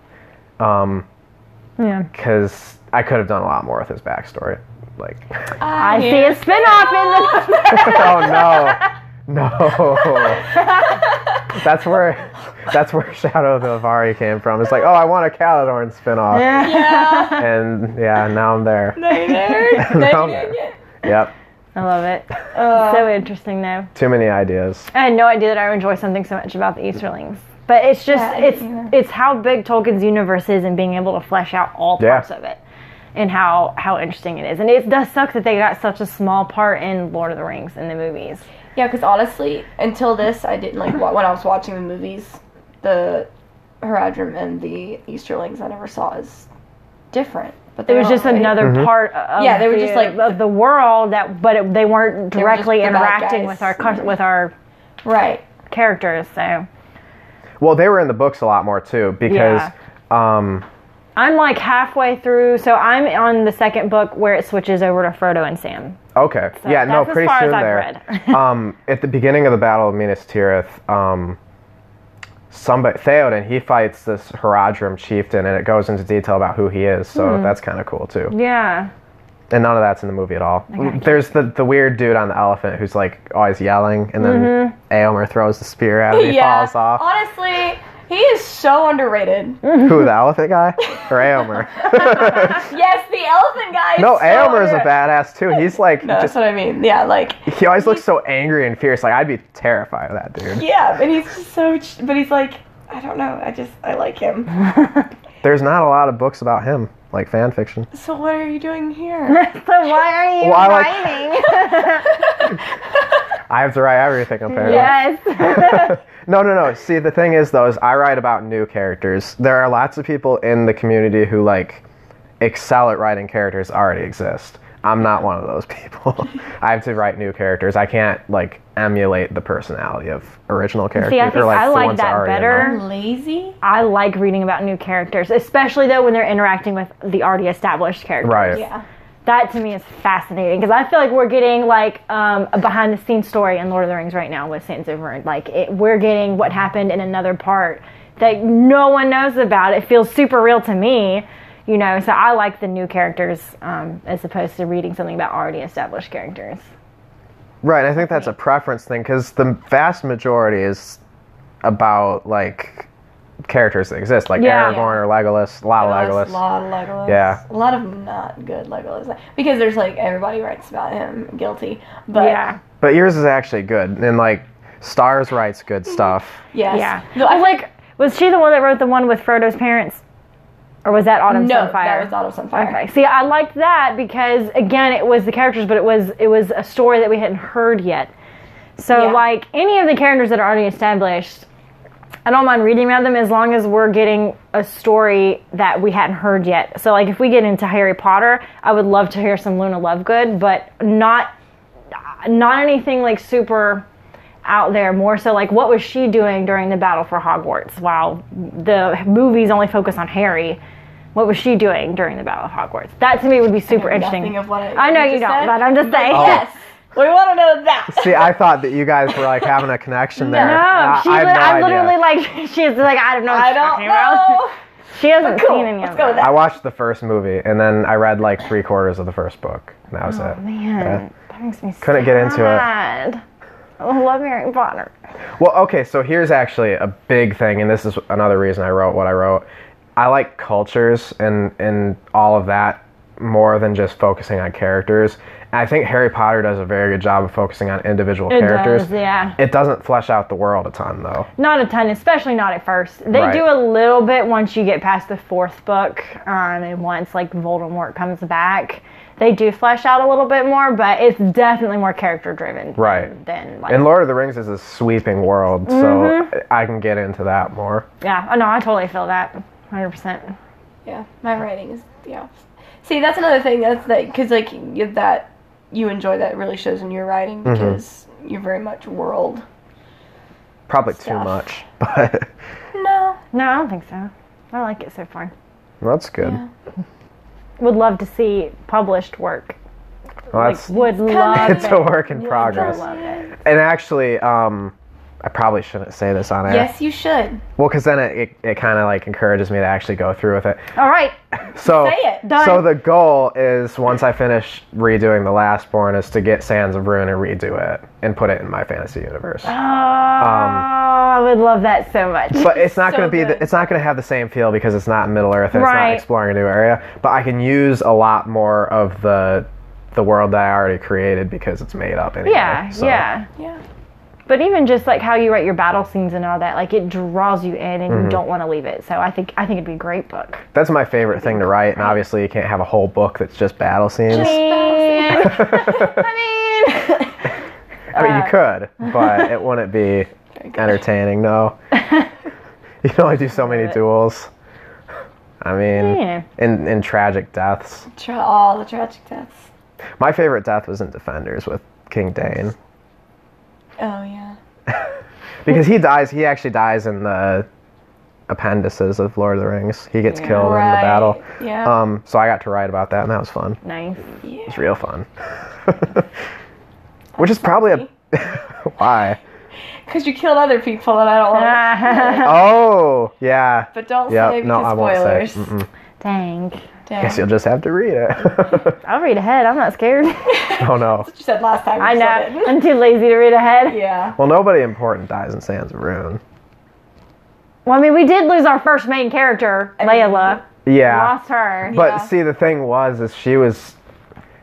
Speaker 1: Yeah.
Speaker 3: because I could have done a lot more with his backstory. Like, (laughs)
Speaker 1: I see a
Speaker 2: (laughs)
Speaker 1: spin-off in the (laughs)
Speaker 3: oh no, no. that's where that's where Shadow of Ilvari came from. It's like, oh, I want a Caladorn spinoff,
Speaker 2: Yeah.
Speaker 3: and yeah, now I'm there.
Speaker 2: they there. (laughs)
Speaker 3: (laughs)
Speaker 2: They
Speaker 3: No.
Speaker 2: did it.
Speaker 3: Yep,
Speaker 1: I love it.
Speaker 2: Uh,
Speaker 1: So interesting though.
Speaker 3: too many ideas.
Speaker 1: I had no idea that I would enjoy something so much about the Easterlings. But it's just
Speaker 2: Yeah, I
Speaker 1: it's
Speaker 2: didn't either.
Speaker 1: it's how big Tolkien's universe is and being able to flesh out all
Speaker 3: Yeah.
Speaker 1: parts of it. And how, how interesting it is. And it does suck that they got such a small part in Lord of the Rings in the movies.
Speaker 2: Yeah, because honestly, until this, I didn't like wa- when I was watching the movies, the Haradrim and the Easterlings. I never saw as different, but they
Speaker 1: It was
Speaker 2: weren't
Speaker 1: just
Speaker 2: really-
Speaker 1: another part of
Speaker 2: Yeah, they were just
Speaker 1: the-
Speaker 2: like-
Speaker 1: of the world that but it, they weren't
Speaker 2: were just
Speaker 1: directly
Speaker 2: the bad
Speaker 1: interacting
Speaker 2: guys.
Speaker 1: with our cus- with our
Speaker 2: right.
Speaker 1: characters. So
Speaker 3: Well, they were in the books a lot more too because. Um,
Speaker 1: I'm like halfway through, so I'm on the second book where it switches over to Frodo and Sam.
Speaker 3: Okay. yeah. No.
Speaker 1: that's as
Speaker 3: Pretty
Speaker 1: far as
Speaker 3: soon
Speaker 1: I've
Speaker 3: there.
Speaker 1: (laughs)
Speaker 3: um, at the beginning of the Battle of Minas Tirith, um, somebody Theoden he fights this Haradrim chieftain, and it goes into detail about who he is. So
Speaker 1: Hmm.
Speaker 3: that's kind of cool too.
Speaker 1: Yeah.
Speaker 3: And none of that's in the movie at all. There's the the weird dude on the elephant who's like always yelling, and then
Speaker 1: Mm-hmm.
Speaker 3: Aomer throws the spear
Speaker 1: (laughs)
Speaker 3: at him, and he
Speaker 2: yeah.
Speaker 3: falls off.
Speaker 2: Honestly, he is so
Speaker 1: (laughs)
Speaker 2: underrated.
Speaker 3: Who the elephant guy or Aomer?
Speaker 2: yes, the elephant guy. Is
Speaker 3: no,
Speaker 2: so
Speaker 3: Aomer is a
Speaker 2: underrated.
Speaker 3: badass too. He's
Speaker 1: (laughs)
Speaker 3: like
Speaker 2: No, that's
Speaker 3: just
Speaker 2: what I mean. Yeah, like
Speaker 3: he always looks so angry and fierce. Like I'd be terrified of that dude.
Speaker 2: yeah, but he's just so. ch- But he's like, I don't know. I just I like him.
Speaker 1: (laughs)
Speaker 3: There's not a lot of books about him, like fan fiction.
Speaker 2: So what are you doing here?
Speaker 1: (laughs) so why are you
Speaker 3: Well, I like-
Speaker 1: (laughs) whining?
Speaker 3: I have to write everything apparently.
Speaker 1: yes.
Speaker 3: no, no, no. See, the thing is though, is I write about new characters. There are lots of people in the community who like excel at writing characters already exist. I'm not one of those (laughs) people. I have to write new characters. I can't like emulate the personality of original characters.
Speaker 1: See, I think
Speaker 3: or, like,
Speaker 1: I
Speaker 3: the
Speaker 1: like
Speaker 3: ones
Speaker 1: that
Speaker 3: already in
Speaker 1: better.
Speaker 2: Lazy.
Speaker 1: (laughs) I like reading about new characters, especially though when they're interacting with the already established
Speaker 3: there.
Speaker 1: characters.
Speaker 3: Right.
Speaker 2: Yeah.
Speaker 1: That to me is fascinating because I feel like we're getting like um, a behind the scenes story in Lord of the Rings right now with Sans Ivern. Like it, we're getting what happened in another part that no one knows about. It feels super real to me, you know. So I like the new characters um, as opposed to reading something about already established characters.
Speaker 3: Right, I think that's a preference thing because the vast majority is about like characters that exist, like
Speaker 1: Yeah.
Speaker 3: Aragorn or Legolas, a lot of Legolas.
Speaker 2: A lot of Legolas.
Speaker 3: Yeah.
Speaker 2: A lot of not good Legolas. Because there's like everybody writes about him guilty. But
Speaker 1: yeah.
Speaker 3: But yours is actually good, and like Stars writes good stuff.
Speaker 1: (laughs)
Speaker 2: Yes.
Speaker 1: Yeah.
Speaker 2: No, I like
Speaker 1: like, was she the one that wrote the one with Frodo's parents? Or was that Autumn
Speaker 2: no,
Speaker 1: Sunfire?
Speaker 2: that was Autumn Sunfire.
Speaker 1: okay. See, I liked that because again, it was the characters, but it was it was a story that we hadn't heard yet. So
Speaker 2: Yeah.
Speaker 1: like any of the characters that are already established, I don't mind reading about them as long as we're getting a story that we hadn't heard yet. So like if we get into Harry Potter, I would love to hear some Luna Lovegood, but not not anything like super out there more so like what was she doing during the battle for hogwarts while the movies only focus on harry what was she doing during the battle of hogwarts that to me would be super interesting
Speaker 2: Nothing of what I,
Speaker 1: i know you
Speaker 2: just
Speaker 1: don't
Speaker 2: said.
Speaker 1: but i'm just saying
Speaker 2: (laughs)
Speaker 3: Oh,
Speaker 2: Yes. We want to know that.
Speaker 3: See, I thought that you guys were like having a connection there.
Speaker 1: (laughs) no
Speaker 3: I,
Speaker 1: she
Speaker 3: I have
Speaker 1: li-
Speaker 3: no
Speaker 1: i'm
Speaker 3: idea.
Speaker 1: literally like (laughs) she's like i don't know what
Speaker 2: I
Speaker 1: she's
Speaker 2: don't
Speaker 1: talking about.
Speaker 2: know.
Speaker 1: she hasn't
Speaker 2: Cool.
Speaker 1: seen any
Speaker 2: Let's
Speaker 1: of
Speaker 2: go
Speaker 1: them
Speaker 2: with that.
Speaker 3: I watched the first movie, and then I read like three quarters of the first book, and that was
Speaker 1: Oh,
Speaker 3: it.
Speaker 1: man that makes me
Speaker 3: Couldn't get into it.
Speaker 1: sad. i love harry potter
Speaker 3: Well, okay, so here's actually a big thing, and this is another reason I wrote what I wrote. I like cultures and and all of that more than just focusing on characters. And I think Harry Potter does a very good job of focusing on individual
Speaker 1: it
Speaker 3: characters.
Speaker 1: does yeah
Speaker 3: It doesn't flesh out the world a ton, though.
Speaker 1: not a ton, especially not at first. They
Speaker 3: Right.
Speaker 1: do a little bit once you get past the fourth book, um, and once like Voldemort comes back, they do flesh out a little bit more. But it's definitely more character driven,
Speaker 3: Right.
Speaker 1: Than like,
Speaker 3: And Lord of the Rings is a sweeping world,
Speaker 1: Mm-hmm.
Speaker 3: so I can get into that more.
Speaker 1: yeah. Oh no, I totally feel that, hundred percent.
Speaker 2: Yeah, my writing is yeah. See, that's another thing. That's like because like you- that you enjoy that really shows in your writing
Speaker 3: Mm-hmm.
Speaker 2: because you're very much world.
Speaker 3: Probably too
Speaker 2: Stuff.
Speaker 3: much, (laughs) but
Speaker 2: No.
Speaker 1: No, I don't think so. I like it so far.
Speaker 3: that's good.
Speaker 2: Yeah.
Speaker 1: Would love to see published work.
Speaker 3: Well,
Speaker 1: Like,
Speaker 3: that's
Speaker 1: would love
Speaker 3: (laughs) it's
Speaker 1: it.
Speaker 3: a work in
Speaker 2: I
Speaker 3: progress.
Speaker 2: love it.
Speaker 3: And actually, um, I probably shouldn't say this on air.
Speaker 2: Yes, you should.
Speaker 3: Well, because then it, it, it kind of like encourages me to actually go through with it.
Speaker 1: All right.
Speaker 3: Um, So,
Speaker 2: Say it.
Speaker 1: Done.
Speaker 3: so the goal is once I finish redoing the last born is to get Sands of Ruin and redo it and put it in my fantasy universe.
Speaker 1: Oh, I would love that so much.
Speaker 3: But it's not
Speaker 2: So
Speaker 3: going to be the,
Speaker 2: good.
Speaker 3: it's not going to have the same feel because it's not Middle Earth and
Speaker 1: Right.
Speaker 3: it's not exploring a new area. But I can use a lot more of the the world that I already created because it's made up anyway.
Speaker 1: yeah,
Speaker 3: So,
Speaker 1: yeah.
Speaker 2: Yeah.
Speaker 1: But even just like how you write your battle scenes and all that, like it draws you in and
Speaker 3: Mm-hmm.
Speaker 1: you don't want to leave it. So I think I think it'd be a great book.
Speaker 3: That's my favorite thing to write, and obviously you can't have a whole book that's just battle scenes. (laughs)
Speaker 1: I mean,
Speaker 3: I mean, you could, but it wouldn't be
Speaker 2: (laughs)
Speaker 3: entertaining, no. you can only do so many duels. I mean,
Speaker 1: Yeah.
Speaker 3: in, in tragic deaths.
Speaker 2: Tra- all the tragic deaths.
Speaker 3: My favorite death was in Defenders with King Dane.
Speaker 2: Oh yeah.
Speaker 3: Because he dies, he actually dies in the appendices of Lord of the Rings. He gets killed in the battle.
Speaker 2: Yeah.
Speaker 3: Um, so I got to write about that, and that was fun.
Speaker 1: (laughs) nice.
Speaker 3: It's real fun. (laughs) Which is probably a. (laughs) Why?
Speaker 2: Because you killed other people, and I don't want to.
Speaker 1: (laughs)
Speaker 3: Oh, yeah.
Speaker 2: But don't say
Speaker 3: Yep,
Speaker 2: because
Speaker 3: no, I won't say.
Speaker 2: spoilers.
Speaker 3: Mm-mm.
Speaker 1: Dang.
Speaker 2: Damn.
Speaker 3: Guess you'll just have to read it. (laughs)
Speaker 1: I'll read ahead. I'm not
Speaker 2: (laughs)
Speaker 1: scared.
Speaker 3: oh no.
Speaker 2: you said last time.
Speaker 1: I
Speaker 2: you
Speaker 1: know.
Speaker 2: said it. (laughs)
Speaker 1: I'm too lazy to read ahead.
Speaker 2: Yeah.
Speaker 3: Well, nobody important dies in Sands of Rune.
Speaker 1: Well, I mean, we did lose our first main character,
Speaker 2: mean,
Speaker 1: Layla.
Speaker 3: Yeah.
Speaker 1: Lost her.
Speaker 3: But
Speaker 2: Yeah.
Speaker 3: see, the thing was, is she was,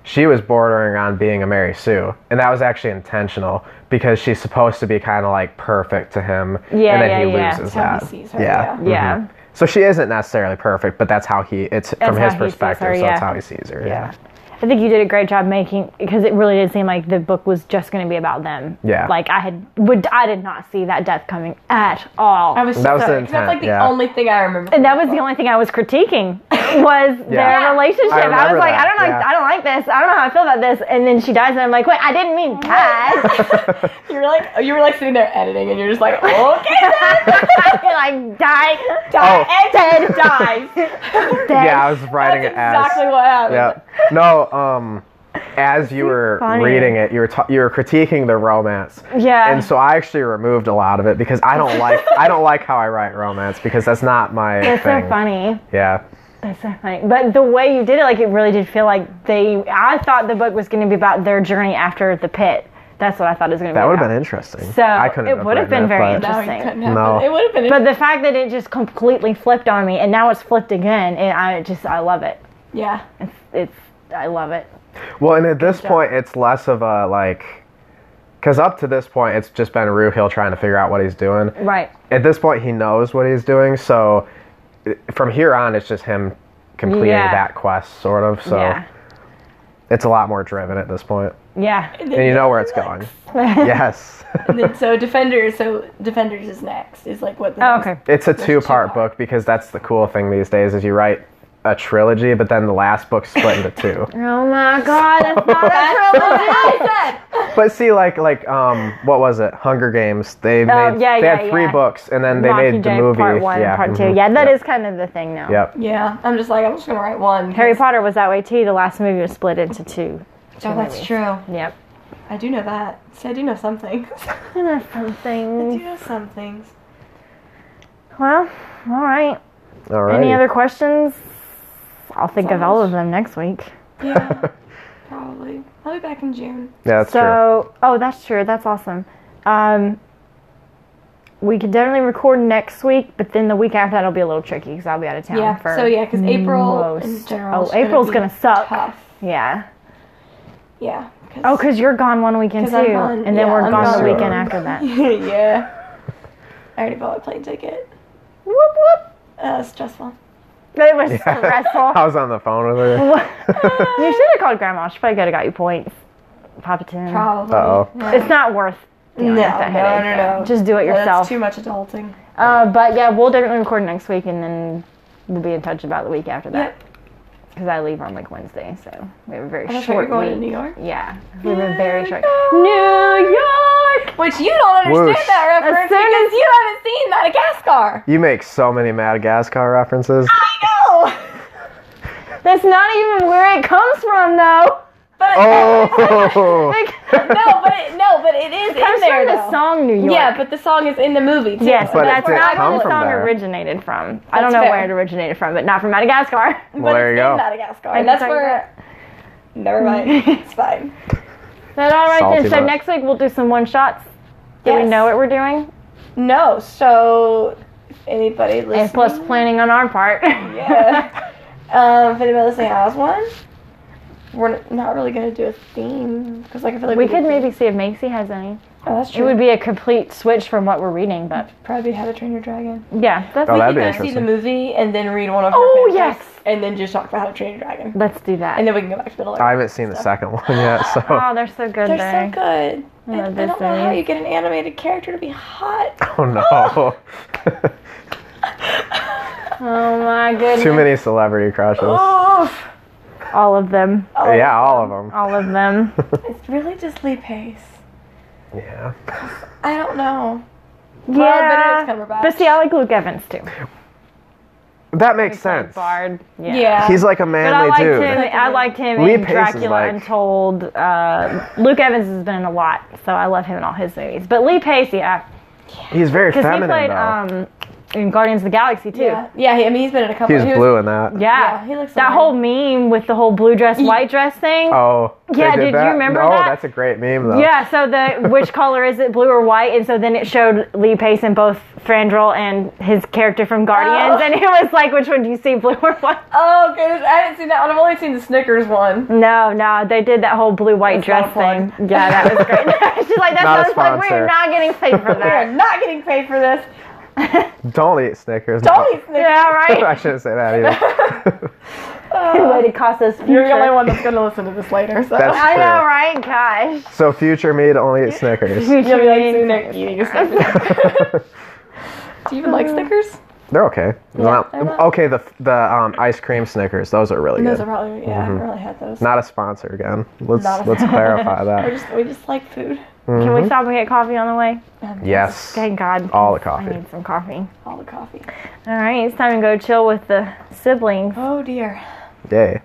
Speaker 3: she was bordering on being a Mary Sue, and that was actually intentional because she's supposed to be kind of like perfect to him,
Speaker 1: Yeah,
Speaker 3: and then
Speaker 1: yeah,
Speaker 3: he
Speaker 1: yeah.
Speaker 3: loses
Speaker 2: How he
Speaker 3: that.
Speaker 2: sees her, yeah.
Speaker 3: yeah.
Speaker 1: Yeah.
Speaker 3: mhm. So she isn't necessarily perfect, but that's how he. It's from
Speaker 1: how
Speaker 3: his
Speaker 1: he sees her,
Speaker 3: perspective, so
Speaker 1: yeah.
Speaker 3: that's how he sees her.
Speaker 1: Yeah. I think you did a great job making because it really did seem like the book was just going to be about them.
Speaker 3: Yeah.
Speaker 1: Like I had would I did not see that death coming at all.
Speaker 2: I was.
Speaker 3: That was the
Speaker 2: sorry, 'cause That's like
Speaker 3: intent,
Speaker 2: the
Speaker 3: yeah.
Speaker 2: only thing I remember. (laughs)
Speaker 1: and that was the only thing I was critiquing (laughs) was
Speaker 3: Yeah.
Speaker 1: their relationship.
Speaker 3: I
Speaker 1: I,
Speaker 3: remember
Speaker 1: was like,
Speaker 3: that,
Speaker 1: I don't like,
Speaker 3: yeah.
Speaker 1: I don't like this. I don't know how I feel about this. And then she dies, and I'm like, wait, I didn't
Speaker 3: (laughs)
Speaker 1: mean that. (laughs)
Speaker 2: You were like, you were like sitting there editing, and you're
Speaker 3: (laughs)
Speaker 2: just like, okay.
Speaker 1: like die, die,
Speaker 3: Oh.
Speaker 1: dead,
Speaker 3: (laughs)
Speaker 1: dies. Dead.
Speaker 3: Yeah, I was writing
Speaker 2: That's
Speaker 3: it as.
Speaker 2: exactly what happened.
Speaker 1: (laughs)
Speaker 3: Yeah. No. Um. As you were
Speaker 1: funny.
Speaker 3: reading it, you were ta- you were critiquing the romance.
Speaker 1: Yeah.
Speaker 3: And so I actually removed a lot of it because I don't
Speaker 1: (laughs)
Speaker 3: like I don't like how I write romance because that's not my
Speaker 1: That's
Speaker 3: thing.
Speaker 1: so funny.
Speaker 3: Yeah.
Speaker 1: That's so funny. But the way you did it, like it really did feel like they. I thought the book was going to be about their journey after the pit. That's what I thought it was going to be.
Speaker 3: That would have
Speaker 1: about.
Speaker 3: been interesting.
Speaker 1: So,
Speaker 3: I couldn't
Speaker 1: it would have
Speaker 3: written
Speaker 1: been very
Speaker 3: but-
Speaker 1: interesting. Just
Speaker 2: No, you couldn't have.
Speaker 3: saying. No.
Speaker 2: It would have been.
Speaker 1: But the fact that it just completely flipped on me, and now it's flipped again, and I just I love it.
Speaker 2: yeah.
Speaker 1: It's it's I love it.
Speaker 3: Well, and at this point, it's less of a like, because up to this point, it's just been Rue Hill trying to figure out what he's doing.
Speaker 1: Right.
Speaker 3: At this point, he knows what he's doing, so uh, from here on, it's just him completing
Speaker 1: Yeah.
Speaker 3: that quest, sort of. So
Speaker 1: Yeah.
Speaker 3: it's a lot more driven at this point,
Speaker 1: Yeah.
Speaker 3: and you know where it's going.
Speaker 1: (laughs)
Speaker 3: yes.
Speaker 2: (laughs)
Speaker 3: (laughs)
Speaker 2: And then, so defenders. So defenders is next. Is like what. The
Speaker 1: Oh,
Speaker 2: next- (laughs)
Speaker 1: okay.
Speaker 3: It's a
Speaker 2: There's
Speaker 3: two part
Speaker 2: two-part.
Speaker 3: book because that's the cool thing these days is you write a trilogy, but then the last book's split into
Speaker 1: (laughs)
Speaker 3: two.
Speaker 1: Oh my god, (laughs) that's not
Speaker 2: That's
Speaker 1: a trilogy.
Speaker 2: what I said. (laughs)
Speaker 3: But see, like, like, um, what was it? Hunger Games. They
Speaker 1: Oh,
Speaker 3: made,
Speaker 1: yeah,
Speaker 3: they
Speaker 1: yeah,
Speaker 3: had three
Speaker 1: yeah.
Speaker 3: books, and then (laughs) they made the
Speaker 1: Mockingjay
Speaker 3: movie.
Speaker 1: Part one,
Speaker 3: yeah,
Speaker 1: and part two.
Speaker 3: mhm,
Speaker 1: Yeah, that
Speaker 3: yep,
Speaker 1: is kind of the thing now.
Speaker 3: Yep.
Speaker 2: Yeah, I'm just like I'm just gonna write one.
Speaker 1: Harry Potter was that way too. The last movie was split into two.
Speaker 2: Oh, that's true.
Speaker 1: Yep.
Speaker 2: I do know that. See, I do know some (laughs) things. I do
Speaker 1: Something.
Speaker 2: know some (laughs) things.
Speaker 1: Well, all right.
Speaker 3: All right.
Speaker 1: Any other questions? I'll think of all of them next week.
Speaker 2: Yeah, probably. I'll be back in June.
Speaker 3: Yeah, that's true.
Speaker 1: so, oh, that's true. That's awesome. Um, we could definitely record next week, but then the week after that'll be a little tricky because I'll be out of town
Speaker 2: Yeah.
Speaker 1: for.
Speaker 2: So yeah, because April in
Speaker 1: most-
Speaker 2: general.
Speaker 1: oh, April's
Speaker 2: gonna,
Speaker 1: gonna
Speaker 2: be
Speaker 1: suck.
Speaker 2: Tough.
Speaker 1: Yeah.
Speaker 2: Yeah.
Speaker 1: Oh, because you're gone one weekend
Speaker 2: 'Cause
Speaker 1: too,
Speaker 2: I'm gone,
Speaker 1: and then
Speaker 2: yeah,
Speaker 1: we're
Speaker 2: I'm
Speaker 1: gone the
Speaker 3: gone.
Speaker 1: weekend after that. whoop
Speaker 2: (laughs) yeah. I already bought a plane ticket.
Speaker 1: whoop.
Speaker 2: Uh, stressful.
Speaker 1: It was
Speaker 3: I
Speaker 1: stressful.
Speaker 3: was on the phone with her.
Speaker 1: (laughs)
Speaker 3: (laughs)
Speaker 1: you should have called Grandma. She probably could have got you points. Pop it in.
Speaker 2: Probably.
Speaker 3: Uh-oh.
Speaker 2: No.
Speaker 1: It's not worth. dealing
Speaker 2: No,
Speaker 1: with
Speaker 2: no,
Speaker 1: that headache,
Speaker 2: no,
Speaker 1: though.
Speaker 2: no.
Speaker 1: Just do it yourself.
Speaker 2: That's too much adulting.
Speaker 1: Uh, but yeah, we'll definitely record next week, and then we'll be in touch about the week after that.
Speaker 2: Yep.
Speaker 1: because I leave on like Wednesday, so we have a very
Speaker 2: that's right,
Speaker 1: short
Speaker 2: you're going to
Speaker 1: week.
Speaker 2: New York?
Speaker 1: Yeah, we have a very short.
Speaker 2: New York! Which you don't understand
Speaker 3: Whoosh.
Speaker 2: that
Speaker 1: As
Speaker 2: reference
Speaker 1: soon
Speaker 2: because
Speaker 1: as-
Speaker 2: you haven't
Speaker 1: (laughs)
Speaker 2: seen Madagascar.
Speaker 3: You make so many Madagascar references.
Speaker 2: I know!
Speaker 1: That's not even where it comes from, though.
Speaker 2: But
Speaker 1: (laughs)
Speaker 3: Oh.
Speaker 1: Like,
Speaker 2: no, but it, no, but it is in
Speaker 1: comes
Speaker 2: there
Speaker 1: from
Speaker 2: though.
Speaker 1: the song New York.
Speaker 2: Yeah, but the song is in the movie too.
Speaker 1: Yes,
Speaker 3: But
Speaker 1: but
Speaker 3: it
Speaker 1: that's
Speaker 3: didn't
Speaker 1: not
Speaker 3: come
Speaker 1: where the
Speaker 3: from
Speaker 1: song
Speaker 3: there.
Speaker 1: originated from. I don't
Speaker 2: That's
Speaker 1: know
Speaker 2: fair.
Speaker 1: where it originated from, but not from Madagascar. (laughs)
Speaker 2: but
Speaker 3: Well, there
Speaker 2: it's
Speaker 3: you go.
Speaker 2: in Madagascar.
Speaker 1: I
Speaker 2: And that's
Speaker 1: decided
Speaker 2: where. Never
Speaker 3: (laughs)
Speaker 2: mind. it's fine.
Speaker 1: But all right
Speaker 3: Salty
Speaker 1: then. So
Speaker 3: much.
Speaker 1: next week we'll do some one shots. Do we
Speaker 2: Yes.
Speaker 1: know what we're doing?
Speaker 2: No, so if anybody listening.
Speaker 1: And plus planning on our part. (laughs)
Speaker 2: Yeah. um, if anybody listening has one, we're n- not really gonna do a theme because like I feel like
Speaker 1: we
Speaker 2: did-
Speaker 1: could maybe see if Macy has any.
Speaker 2: Oh, that's
Speaker 1: It
Speaker 2: true.
Speaker 1: would be a complete switch from what we're reading, but
Speaker 2: probably How to Train Your Dragon.
Speaker 1: yeah, that's
Speaker 3: Oh,
Speaker 2: We
Speaker 3: that'd be
Speaker 2: could go see the
Speaker 3: interesting.
Speaker 2: movie and then read one of.
Speaker 1: Oh,
Speaker 2: her fanfics
Speaker 1: yes.
Speaker 2: And then just talk about How to Train Your Dragon,
Speaker 1: let's do that.
Speaker 2: and then we can go back to middle. Earth.
Speaker 3: (laughs) I haven't seen the second one yet, so
Speaker 1: Oh, they're so good.
Speaker 2: They're
Speaker 1: there.
Speaker 2: so good. I,
Speaker 1: love
Speaker 2: I don't
Speaker 1: those
Speaker 2: know how
Speaker 1: things.
Speaker 2: you get an animated character to be hot.
Speaker 3: oh no, (laughs)
Speaker 1: Oh my goodness.
Speaker 3: too many celebrity crushes.
Speaker 1: Oh.
Speaker 2: Oof.
Speaker 1: All of them.
Speaker 3: (laughs)
Speaker 2: Oh,
Speaker 3: Yeah, all of them.
Speaker 1: All of
Speaker 2: (laughs)
Speaker 1: them.
Speaker 2: It's really just Lee Pace.
Speaker 3: Yeah.
Speaker 2: I don't know.
Speaker 1: yeah.
Speaker 2: Benedict Cumberbatch.
Speaker 1: But see, I like Luke Evans too.
Speaker 3: That makes
Speaker 1: Like
Speaker 3: sense.
Speaker 1: Bard. Yeah.
Speaker 2: Yeah.
Speaker 3: He's like a
Speaker 1: But I
Speaker 3: manly
Speaker 1: liked
Speaker 3: dude.
Speaker 1: him. I liked him
Speaker 3: Lee
Speaker 1: in
Speaker 3: Pace is
Speaker 1: Dracula
Speaker 3: like-
Speaker 1: Untold. Uh, Luke Evans has been in a lot, so I love him in all his movies. But Lee Pace, yeah,
Speaker 3: He's very
Speaker 1: because he
Speaker 3: feminine
Speaker 1: played
Speaker 3: though.
Speaker 1: um, in Guardians of the Galaxy too.
Speaker 2: yeah. Yeah. He, I mean, he's been in a couple.
Speaker 3: he was
Speaker 2: he
Speaker 3: blue in that.
Speaker 1: Yeah.
Speaker 2: Yeah, he looks
Speaker 1: that
Speaker 2: fine.
Speaker 1: whole meme with the whole blue dress, white dress thing.
Speaker 3: Oh. they
Speaker 1: Yeah,
Speaker 3: did
Speaker 1: did you
Speaker 3: that?
Speaker 1: remember
Speaker 3: no,
Speaker 1: that?
Speaker 3: that's a great meme though.
Speaker 1: Yeah, so the which color is it, blue or white? And so then it showed Lee Pace in both Frandrel and his character from Guardians,
Speaker 2: Oh.
Speaker 1: and it was like, which one do you see, blue or white?
Speaker 2: Oh goodness, I haven't seen that one. I've only seen the Snickers one.
Speaker 1: No, no, they did that whole blue white
Speaker 2: That's
Speaker 1: dress
Speaker 2: not a plug.
Speaker 1: thing. Yeah, that was great. (laughs) She's like, that
Speaker 3: Not a
Speaker 1: sounds like
Speaker 3: sponsor.
Speaker 1: we're not getting paid for
Speaker 2: We are (laughs)
Speaker 1: that. (laughs)
Speaker 2: not getting paid for this.
Speaker 3: Don't eat Snickers.
Speaker 2: Don't
Speaker 3: (laughs)
Speaker 2: eat Snickers.
Speaker 1: yeah,
Speaker 3: I
Speaker 1: right.
Speaker 3: shouldn't say that
Speaker 1: (laughs)
Speaker 3: either.
Speaker 1: Way to cost us
Speaker 2: You're the only
Speaker 1: future.
Speaker 2: one that's gonna listen to this later, so
Speaker 3: That's-
Speaker 1: I know,
Speaker 3: Yeah.
Speaker 1: right? Gosh.
Speaker 3: so future me to
Speaker 1: (laughs)
Speaker 3: only eat Snickers.
Speaker 1: Future
Speaker 2: (laughs) you'll be like
Speaker 1: me.
Speaker 2: sitting there eating a Snickers. (laughs) Uh, Do you even like Snickers?
Speaker 3: They're okay. Not-
Speaker 2: they're not-
Speaker 3: okay, the the um, ice cream Snickers, those are really
Speaker 2: Those
Speaker 3: good.
Speaker 2: are probably yeah. I haven't really had those.
Speaker 3: Mm-hmm. Not a sponsor again. Let's
Speaker 2: Not a
Speaker 1: (laughs)
Speaker 3: let's clarify
Speaker 2: we
Speaker 3: that.
Speaker 2: just we just like food.
Speaker 1: Can we stop and get coffee on the way?
Speaker 2: Um,
Speaker 3: Yes.
Speaker 1: Thank God.
Speaker 3: Mm-hmm. All the
Speaker 1: I
Speaker 3: coffee.
Speaker 1: need some coffee.
Speaker 2: All the coffee.
Speaker 1: All right, it's time to go chill with the
Speaker 2: (laughs)
Speaker 1: siblings. (laughs)
Speaker 2: Oh dear.
Speaker 3: Yay.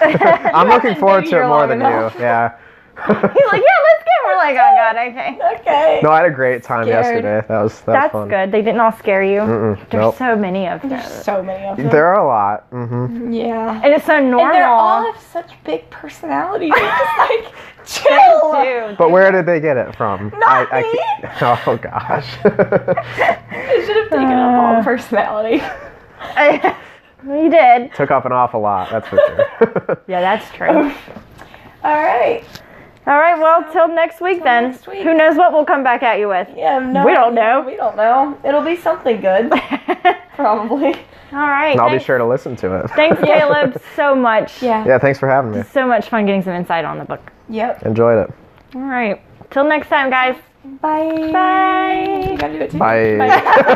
Speaker 3: I'm looking forward
Speaker 2: do
Speaker 3: to it
Speaker 2: your
Speaker 3: more
Speaker 2: long
Speaker 3: than
Speaker 2: enough.
Speaker 3: you. Yeah.
Speaker 1: He's like, yeah, let's go. We're like, oh God, okay.
Speaker 2: Okay.
Speaker 3: No, I had a great time
Speaker 2: Scared.
Speaker 3: yesterday. That was that
Speaker 1: That's
Speaker 3: was fun.
Speaker 1: good. They didn't all scare you.
Speaker 3: Mm-mm.
Speaker 1: There's
Speaker 3: Nope.
Speaker 1: so many of them.
Speaker 2: There's so many of them.
Speaker 3: There are a lot. hmm
Speaker 2: yeah.
Speaker 1: And it's so normal.
Speaker 2: And they
Speaker 1: (laughs)
Speaker 2: all have such big (laughs) personalities. It's just like chill. (laughs)
Speaker 1: They do.
Speaker 3: But where did they get it from?
Speaker 2: Not
Speaker 3: can't- (laughs) oh gosh. (laughs)
Speaker 2: I should have taken up all the personality.
Speaker 1: (laughs) you did.
Speaker 3: Took up an awful lot. That's for sure.
Speaker 1: (laughs) Yeah, that's true.
Speaker 2: (laughs) All right.
Speaker 1: All right, well, till next week then.
Speaker 2: next week.
Speaker 1: Who knows what we'll come back at you (laughs) with?
Speaker 2: Yeah. No.
Speaker 1: We don't know.
Speaker 2: We don't know. It'll be something good, (laughs) probably.
Speaker 1: All right.
Speaker 3: And I'll be
Speaker 1: thanks,
Speaker 3: sure to listen to it.
Speaker 1: thanks, Caleb, so much.
Speaker 2: Yeah.
Speaker 3: (laughs) Yeah, thanks for having me.
Speaker 1: So much fun getting some insight on the book.
Speaker 2: Yep.
Speaker 3: Enjoyed it.
Speaker 1: All right. Till next time, guys.
Speaker 2: Bye.
Speaker 1: Bye.
Speaker 2: You gotta do it too.
Speaker 3: Bye.